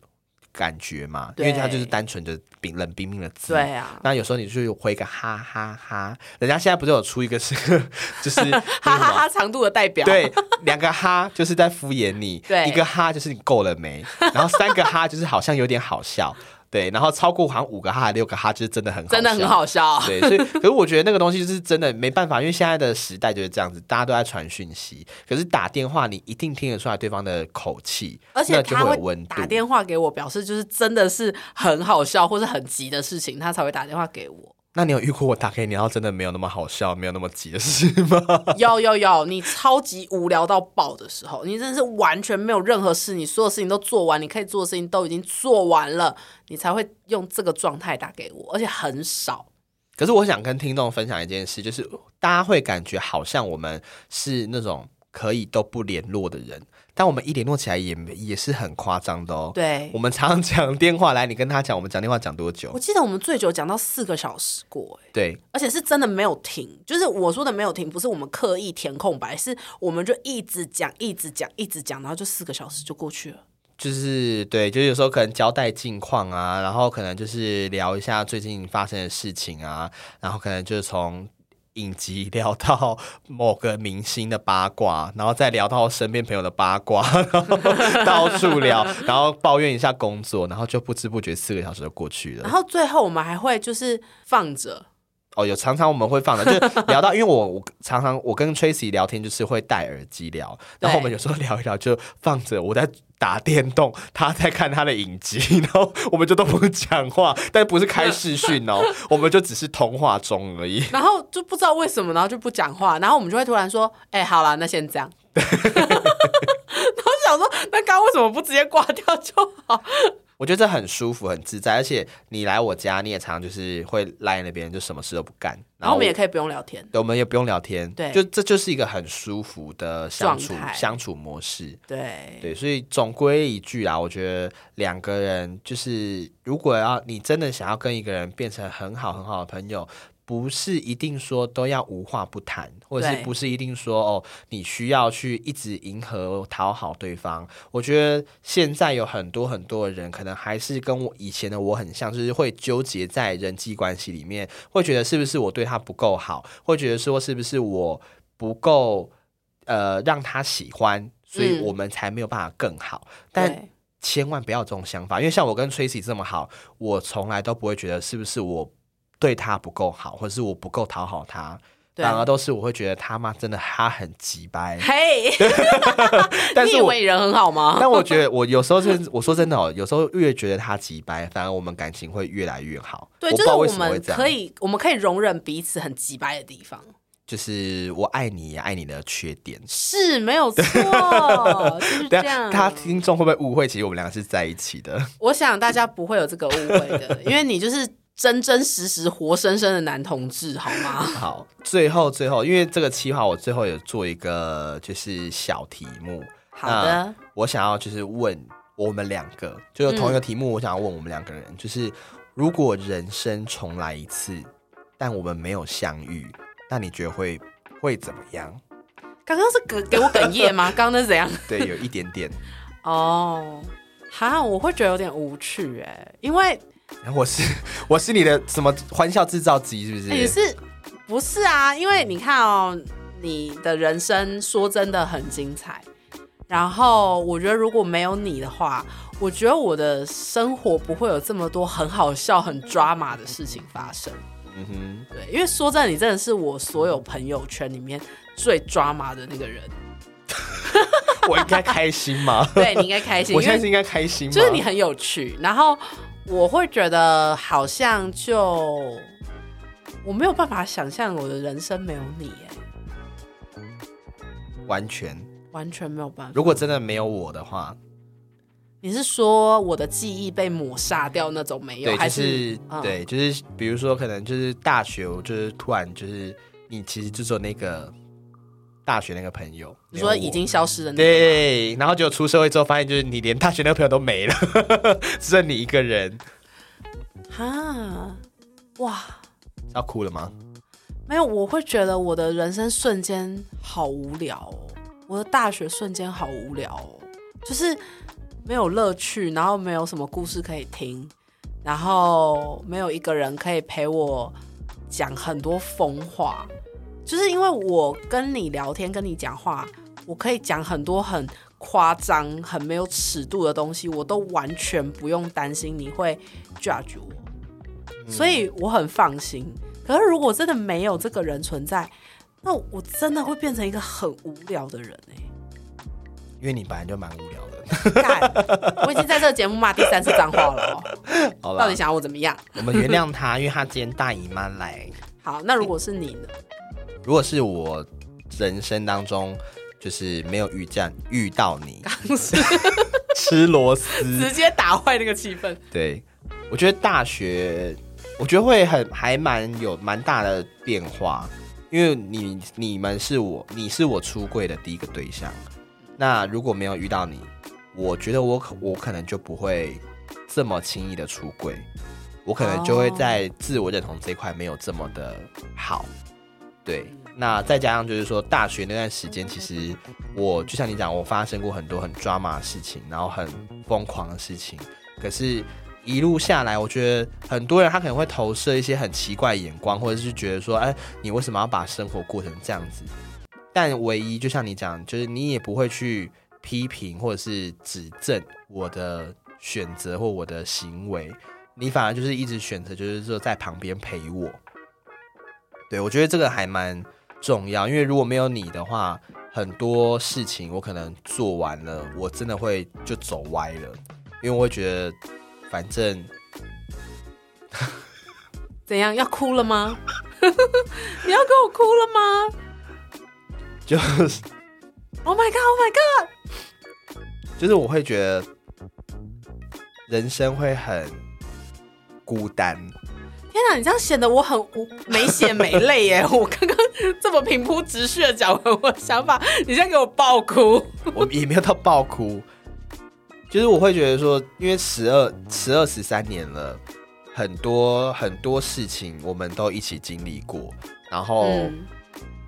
感觉嘛，因为它就是
对
单纯的冰冷冰冰的字。
对啊，
那有时候你就回个哈哈哈，人家现在不是有出一个是， 就是那个什
哈
么
哈哈，长度的代表。
对，两个哈就是在敷衍你，
对
一个哈就是你够了没，然后三个哈就是好像有点好笑，对，然后超过好像五个哈、六个哈就是真的很好，
真的很。好笑。
对，所以可是我觉得那个东西就是真的没办法，因为现在的时代就是这样子，大家都在传讯息，可是打电话你一定听得出来对方的口气，
而且
那就
他
会
会
有温度
打。电话给我，表示就是真的是很好笑或是很急的事情，他才会打电话给我。
那你有遇过我打给你，然后真的没有那么好笑，没有那么急的事吗？
有有有，你超级无聊到爆的时候，你真的是完全没有任何事，你所有事情都做完，你可以做的事情都已经做完了，你才会用这个状态打给我，而且很少。
可是我想跟听众分享一件事，就是大家会感觉好像我们是那种可以都不联络的人，但我们一联络起来也没也是很夸张的哦。，
对
我，们常常讲电话来，你跟他讲，我们讲电话讲多久
我？记得我们最久讲到四个小时过、欸，
对，
而且是真的没有停。就是我说的没有停，不是我们刻意填空白，是我们就一直讲，一直讲，一直讲，然后就四个小时就过去了。
就是对，就是有时候可能交代近况啊，然后可能就是聊一下最近发生的事情啊，然后可能就是从。影集 聊到某个明星的八卦，然后再聊到身边朋友的八卦，然后到处聊，然后抱怨一下工作，然后就不知不觉四个小时就过去
然
了。
后最后我们还会就是放着，
哦，有常常我们会放的，就是 聊到，因为我我常常我跟 Tracy 聊天就是会戴耳机聊，然后我们有时候聊一聊就放着我在打电动，他在看他的影集，然后我们就都不讲话，但不是开视讯哦，我们就只是通话中而已。
然后就不知道为什么，然后就不讲话，然后我们就会突然说：“哎、好啦，那先这样。” 然后想说，那刚刚为什么不直接挂掉就好？
我觉得这很舒服，很自在，而且你来我家，你也常常就是会赖那边，就什么事都不干，
然后我们也
我
可以不用聊天。
对我们也不用聊天，
对
就这就是一个很舒服的相处
状态
相处模式。
对，
对，所以总归一句啊，我觉得两个人就是，如果要你真的想要跟一个人变成很好很好的朋友，不是一定说都要无话不谈，或者是
对
不是一定说哦，你需要去一直迎合讨好对方。我觉得现在有很多很多的人，可能还是跟我以前的我很像，就是会纠结在人际关系里面，会觉得是不是我对他不够好，会觉得说是不是我不够呃让他喜欢。所以
嗯
我们才没有办法更好，但
对，
千万不要有这种想法，因为像我跟 Tracy 这么好，我从来都不会觉得是不是我对他不够好，或者是我不够讨好他，
对。
反而都是我会觉得他妈真的他很急掰
嘿，
但
你
是
以
我
为你人很好吗？
但我觉得我有时候真的，我说真的哦，有时候越觉得他急掰，反而我们感情会越来越好。
对，
我不知
就是
道
我
为什么会
们
这样
可，以，我们可以容忍彼此很急掰的地方，
就是我爱你，爱你的缺点。
是没有错，就是 这
等一下
样。
他听众会不会误会？其实我们两个是在一起 的。
我想大家不会有这个误会的，因为你就是真真实实、活生生的男同志，好吗？
好，最后最后，因为这个企划我最后有做一个就是小题目，
好的，
我想要就是问我们两个，就是同一个题目，我想要问我们两个人，就是如果人生重来一次，但我们没有相遇，那你觉得会会怎么 样？
刚刚是给给我哽咽吗？刚刚那是怎样？
对，有一点点，
哦，哈，我会觉得有点无趣哎、因为
然后我是我是你的什么欢笑制造机是不是？
哎也是不是啊？因为你看哦，你的人生说真的很精彩。然后我觉得如果没有你的话，我觉得我的生活不会有这么多很好笑、很抓马的事情发生。
嗯
对，因为说真的，你真的是我所有朋友圈里面最抓马的那 个人。
哼，我应该开心 吗？
对你应该开心，
我
因
现在
为
是应该开心吗？
就是你很有趣，然后我会觉得好像就我没有办法想象我的人生没有你，哎，
完全，
完全没有办法。
如果真的没有我的话，
你是说我的记忆被抹杀掉那种没有，
对，
还嗯
就是是、对，就是比如说，可能就是大学，我就是突然就是你其实就做那个大学那个朋友，
你说
没有我
已经消失的那个
对，然后结果出社会之后，发现就是你连大学那个朋友都没了，只剩你一个人，
哈哇，
要哭了吗？
没有，我会觉得我的人生瞬间好无聊哦，我的大学瞬间好无聊哦，就是没有乐趣，然后没有什么故事可以听，然后没有一个人可以陪我讲很多疯话，就是因为我跟你聊天，跟你讲话，我可以讲很多很夸张、很没有尺度的东西，我都完全不用担心你会 judge 我。所以我很放心。可是如果真的没有这个人存在，那我真的会变成一个很无聊的人哎、
因为你本来就蛮无聊的，
干，我已经在这个节目骂第三次脏话了、哦，
好
到
吧
底？想要我怎么样？
我们原谅他，因为他今天大姨妈来。
好，那如果是你呢？
如果是我人生当中就是没有遇见遇到你，吃螺 丝，
直接打坏那个气氛。
对，我觉得大学，我觉得会很还蛮有蛮大的变化，因为你你们是我，你是我出柜的第一个对象。那如果没有遇到你，我觉得我可我可能就不会这么轻易的出柜，我可能就会
哦
在自我认同这一块没有这么的好。对，那再加上就是说，大学那段时间，其实我就像你讲，我发生过很多很抓马的事情，然后很疯狂的事情。可是，一路下来，我觉得很多人他可能会投射一些很奇怪的眼光，或者是觉得说，哎，你为什么要把生活过成这样子？但唯一就像你讲，就是你也不会去批评或者是指正我的选择或我的行为，你反而就是一直选择，就是说在旁边陪我。对，我觉得这个还蛮重要，因为如果没有你的话，很多事情我可能做完了，我真的会就走歪了，因为我会觉得反正
怎样？要哭了吗？ 你要给我哭了吗
就
？Oh my god! Oh my god!
就是我会觉得人生会很孤单。
天哪，你这样显得我很无没血没泪耶！我刚刚这么平铺直叙的讲完我的想法，你现在给我爆哭。
我也没有到爆哭，就是我会觉得说，因为十二、十二、十三年了，很多很多事情我们都一起经历过，然后、
嗯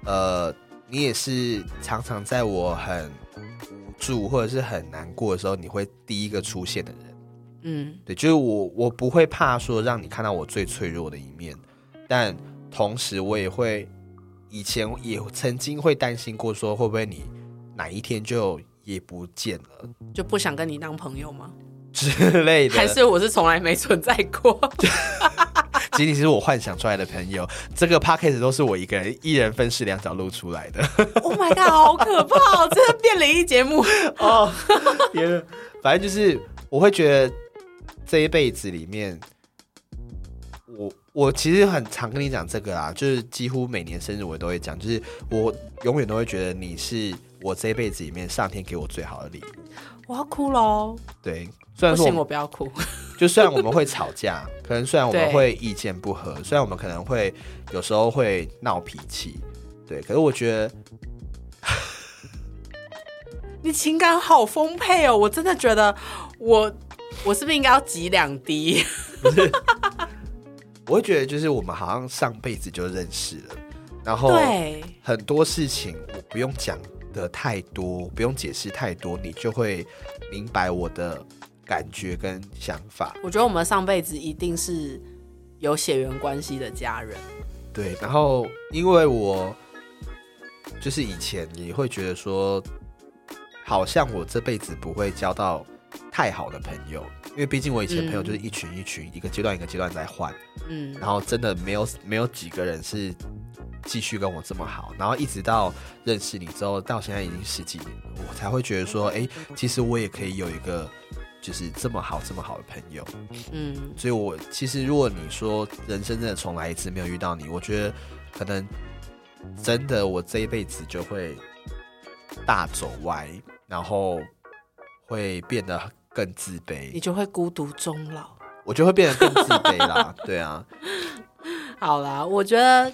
呃，你也是常常在我很无助或者是很难过的时候，你会第一个出现的人。
嗯
对，就是我我不会怕说让你看到我最脆弱的一面，但同时我也会以前也曾经会担心过说会不会你哪一天就也不见了
就不想跟你当朋友吗？
之类的，
还是我是从来没存在过？
仅仅是我幻想出来的朋友，这个 p a c k a g e 都是我一个人一人分饰两角露出来的。
Oh my god，好可怕、哦！真的变灵异节目。
哦，也反正就是我会觉得这一辈子里面，我我其实很常跟你讲这个啊，就是几乎每年生日我都会讲，就是我永远都会觉得你是我这一辈子里面上天给我最好的礼物。
我要哭喽！
对，虽
不
然说我
行，我
们
不要哭。
就虽然我们会吵架，可能虽然我们
对
会意见不合，虽然我们可能会有时候会闹脾气，对，可是我觉得
你情感好丰沛哦，我真的觉得我我是不是应该要挤两滴？
我会觉得就是我们好像上辈子就认识了，然后
对，
很多事情我不用讲的太多，不用解释太多，你就会明白我的感觉跟想法。
我觉得我们上辈子一定是有血缘关系的家人。
对，然后因为我就是以前也会觉得说，好像我这辈子不会交到太好的朋友，因为毕竟我以前朋友
嗯
就是一群一群，一个阶段一个阶段在换，
嗯，
然后真的没有没有几个人是继续跟我这么好，然后一直到认识你之后，到现在已经十几年了，我才会觉得说，哎，其实我也可以有一个就是这么好这么好的朋友。
嗯，
所以我其实如果你说人生真的重来一次没有遇到你，我觉得可能真的我这一辈子就会大走歪，然后会变得更自卑
你，就会孤独终老。
我就会变得更自卑啦。对啊，
好啦，我觉得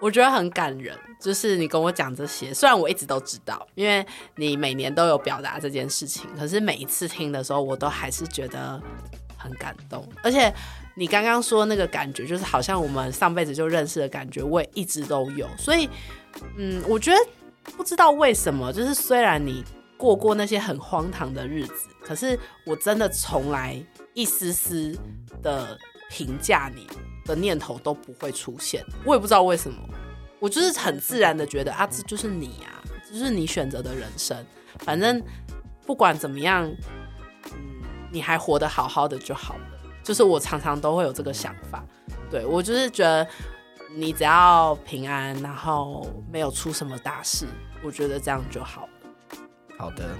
我觉得很感人，就是你跟我讲这些，虽然我一直都知道，因为你每年都有表达这件事情，可是每一次听的时候，我都还是觉得很感动，而且。你刚刚说那个感觉，就是好像我们上辈子就认识的感觉，我也一直都有。所以，嗯，我觉得不知道为什么，就是虽然你过过那些很荒唐的日子，可是我真的从来一丝丝的评价你的念头都不会出现，我也不知道为什么，我就是很自然的觉得啊，这就是你啊，这就是你选择的人生，反正不管怎么样，嗯，你还活得好好的就好了。就是我常常都会有这个想法，对我就是觉得你只要平安，然后没有出什么大事，我觉得这样就好了。
好的。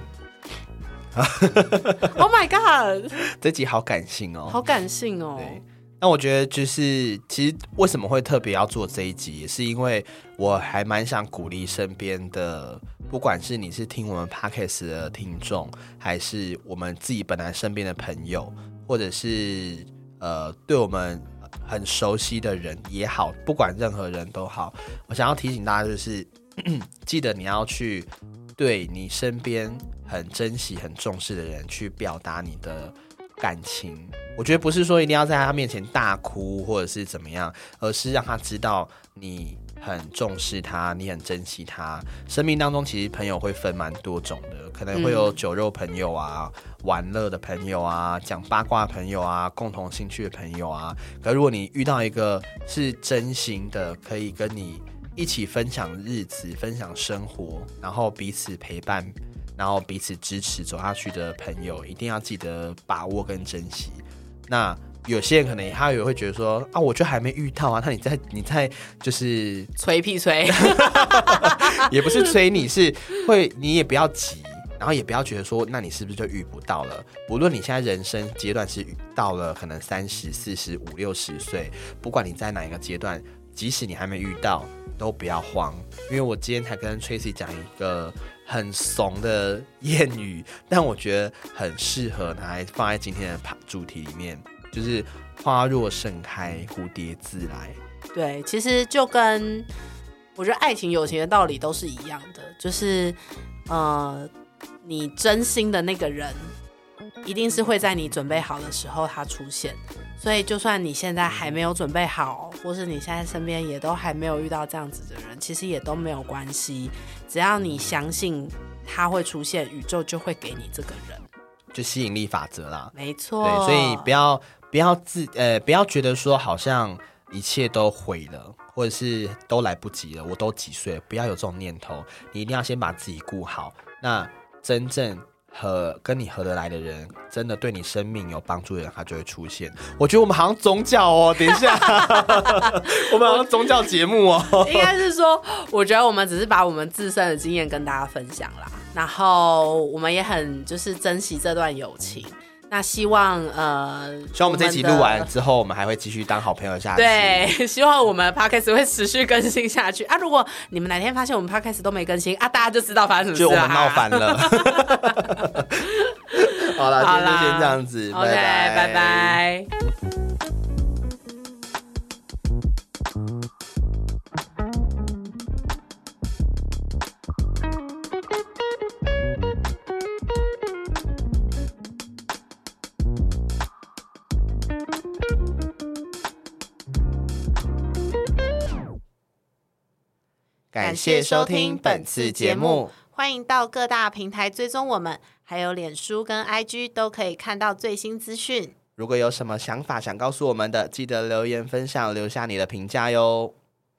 Oh my god，
这集好感性哦。
好感性哦。
对，那我觉得就是，其实为什么会特别要做这一集，也是因为我还蛮想鼓励身边的，不管是你是听我们 podcast 的听众，还是我们自己本来身边的朋友，或者是呃对我们很熟悉的人也好，不管任何人都好，我想要提醒大家就是， 记得你要去对你身边很珍惜、很重视的人去表达你的感情。我觉得不是说一定要在他面前大哭或者是怎么样，而是让他知道你很重视他，你很珍惜他。生命当中其实朋友会分蛮多种的，可能会有酒肉朋友啊、玩乐的朋友啊、讲八卦的朋友啊、共同兴趣的朋友啊。可如果你遇到一个是真心的，可以跟你一起分享日子、分享生活，然后彼此陪伴，然后彼此支持走下去的朋友，一定要记得把握跟珍惜。那有些人可能他也会觉得说啊，我就还没遇到啊，那你在你在就是
吹屁吹，
也不是催你，是会你也不要急，然后也不要觉得说，那你是不是就遇不到了？无论你现在人生阶段是遇到了可能三十、四十五、六十岁，不管你在哪一个阶段，即使你还没遇到，都不要慌，因为我今天才跟 Tracy 讲一个很怂的谚语，但我觉得很适合拿来放在今天的主题里面，就是“花若盛开，蝴蝶自来
对，其实就跟我觉得爱情、友情的道理都是一样的，就是呃，你真心的那个人，一定是会在你准备好的时候他出现。所以，就算你现在还没有准备好，或是你现在身边也都还没有遇到这样子的人，其实也都没有关系。只要你相信他会出现，宇宙就会给你这个人。”，
就吸引力法则啦。
没错，
对，所以不要不要自呃不要觉得说好像一切都毁了，或者是都来不及了，我都几岁了，不要有这种念头。你一定要先把自己顾好。那真正合跟你合得来的人，真的对你生命有帮助的人，他就会出现。我觉得我们好像宗教 哦，等一下， 我们好像宗教节目 哦。
应该是说，我觉得我们只是把我们自身的经验跟大家分享啦，然后我们也很就是珍惜这段友情。那希望呃，
希望我们这一集录
我
完
们的。
之后，我们还会继续当好朋友下去。，
对， 希望我们的 podcast 会持续更新下去啊！如果你们哪天发现我们 podcast 都没更新啊，大家就知道发生什
就
么
我
事了
们
啊。
闹翻了。 好了，
好
今
啦，
天就先这样子，
OK，拜拜。
感谢收听本次节目，，
欢迎到各大平台追踪我们，还有脸书跟 IG 都可以看到最新资讯。
如果有什么想法想告诉我们的，记得留言分享，留下你的评价哟。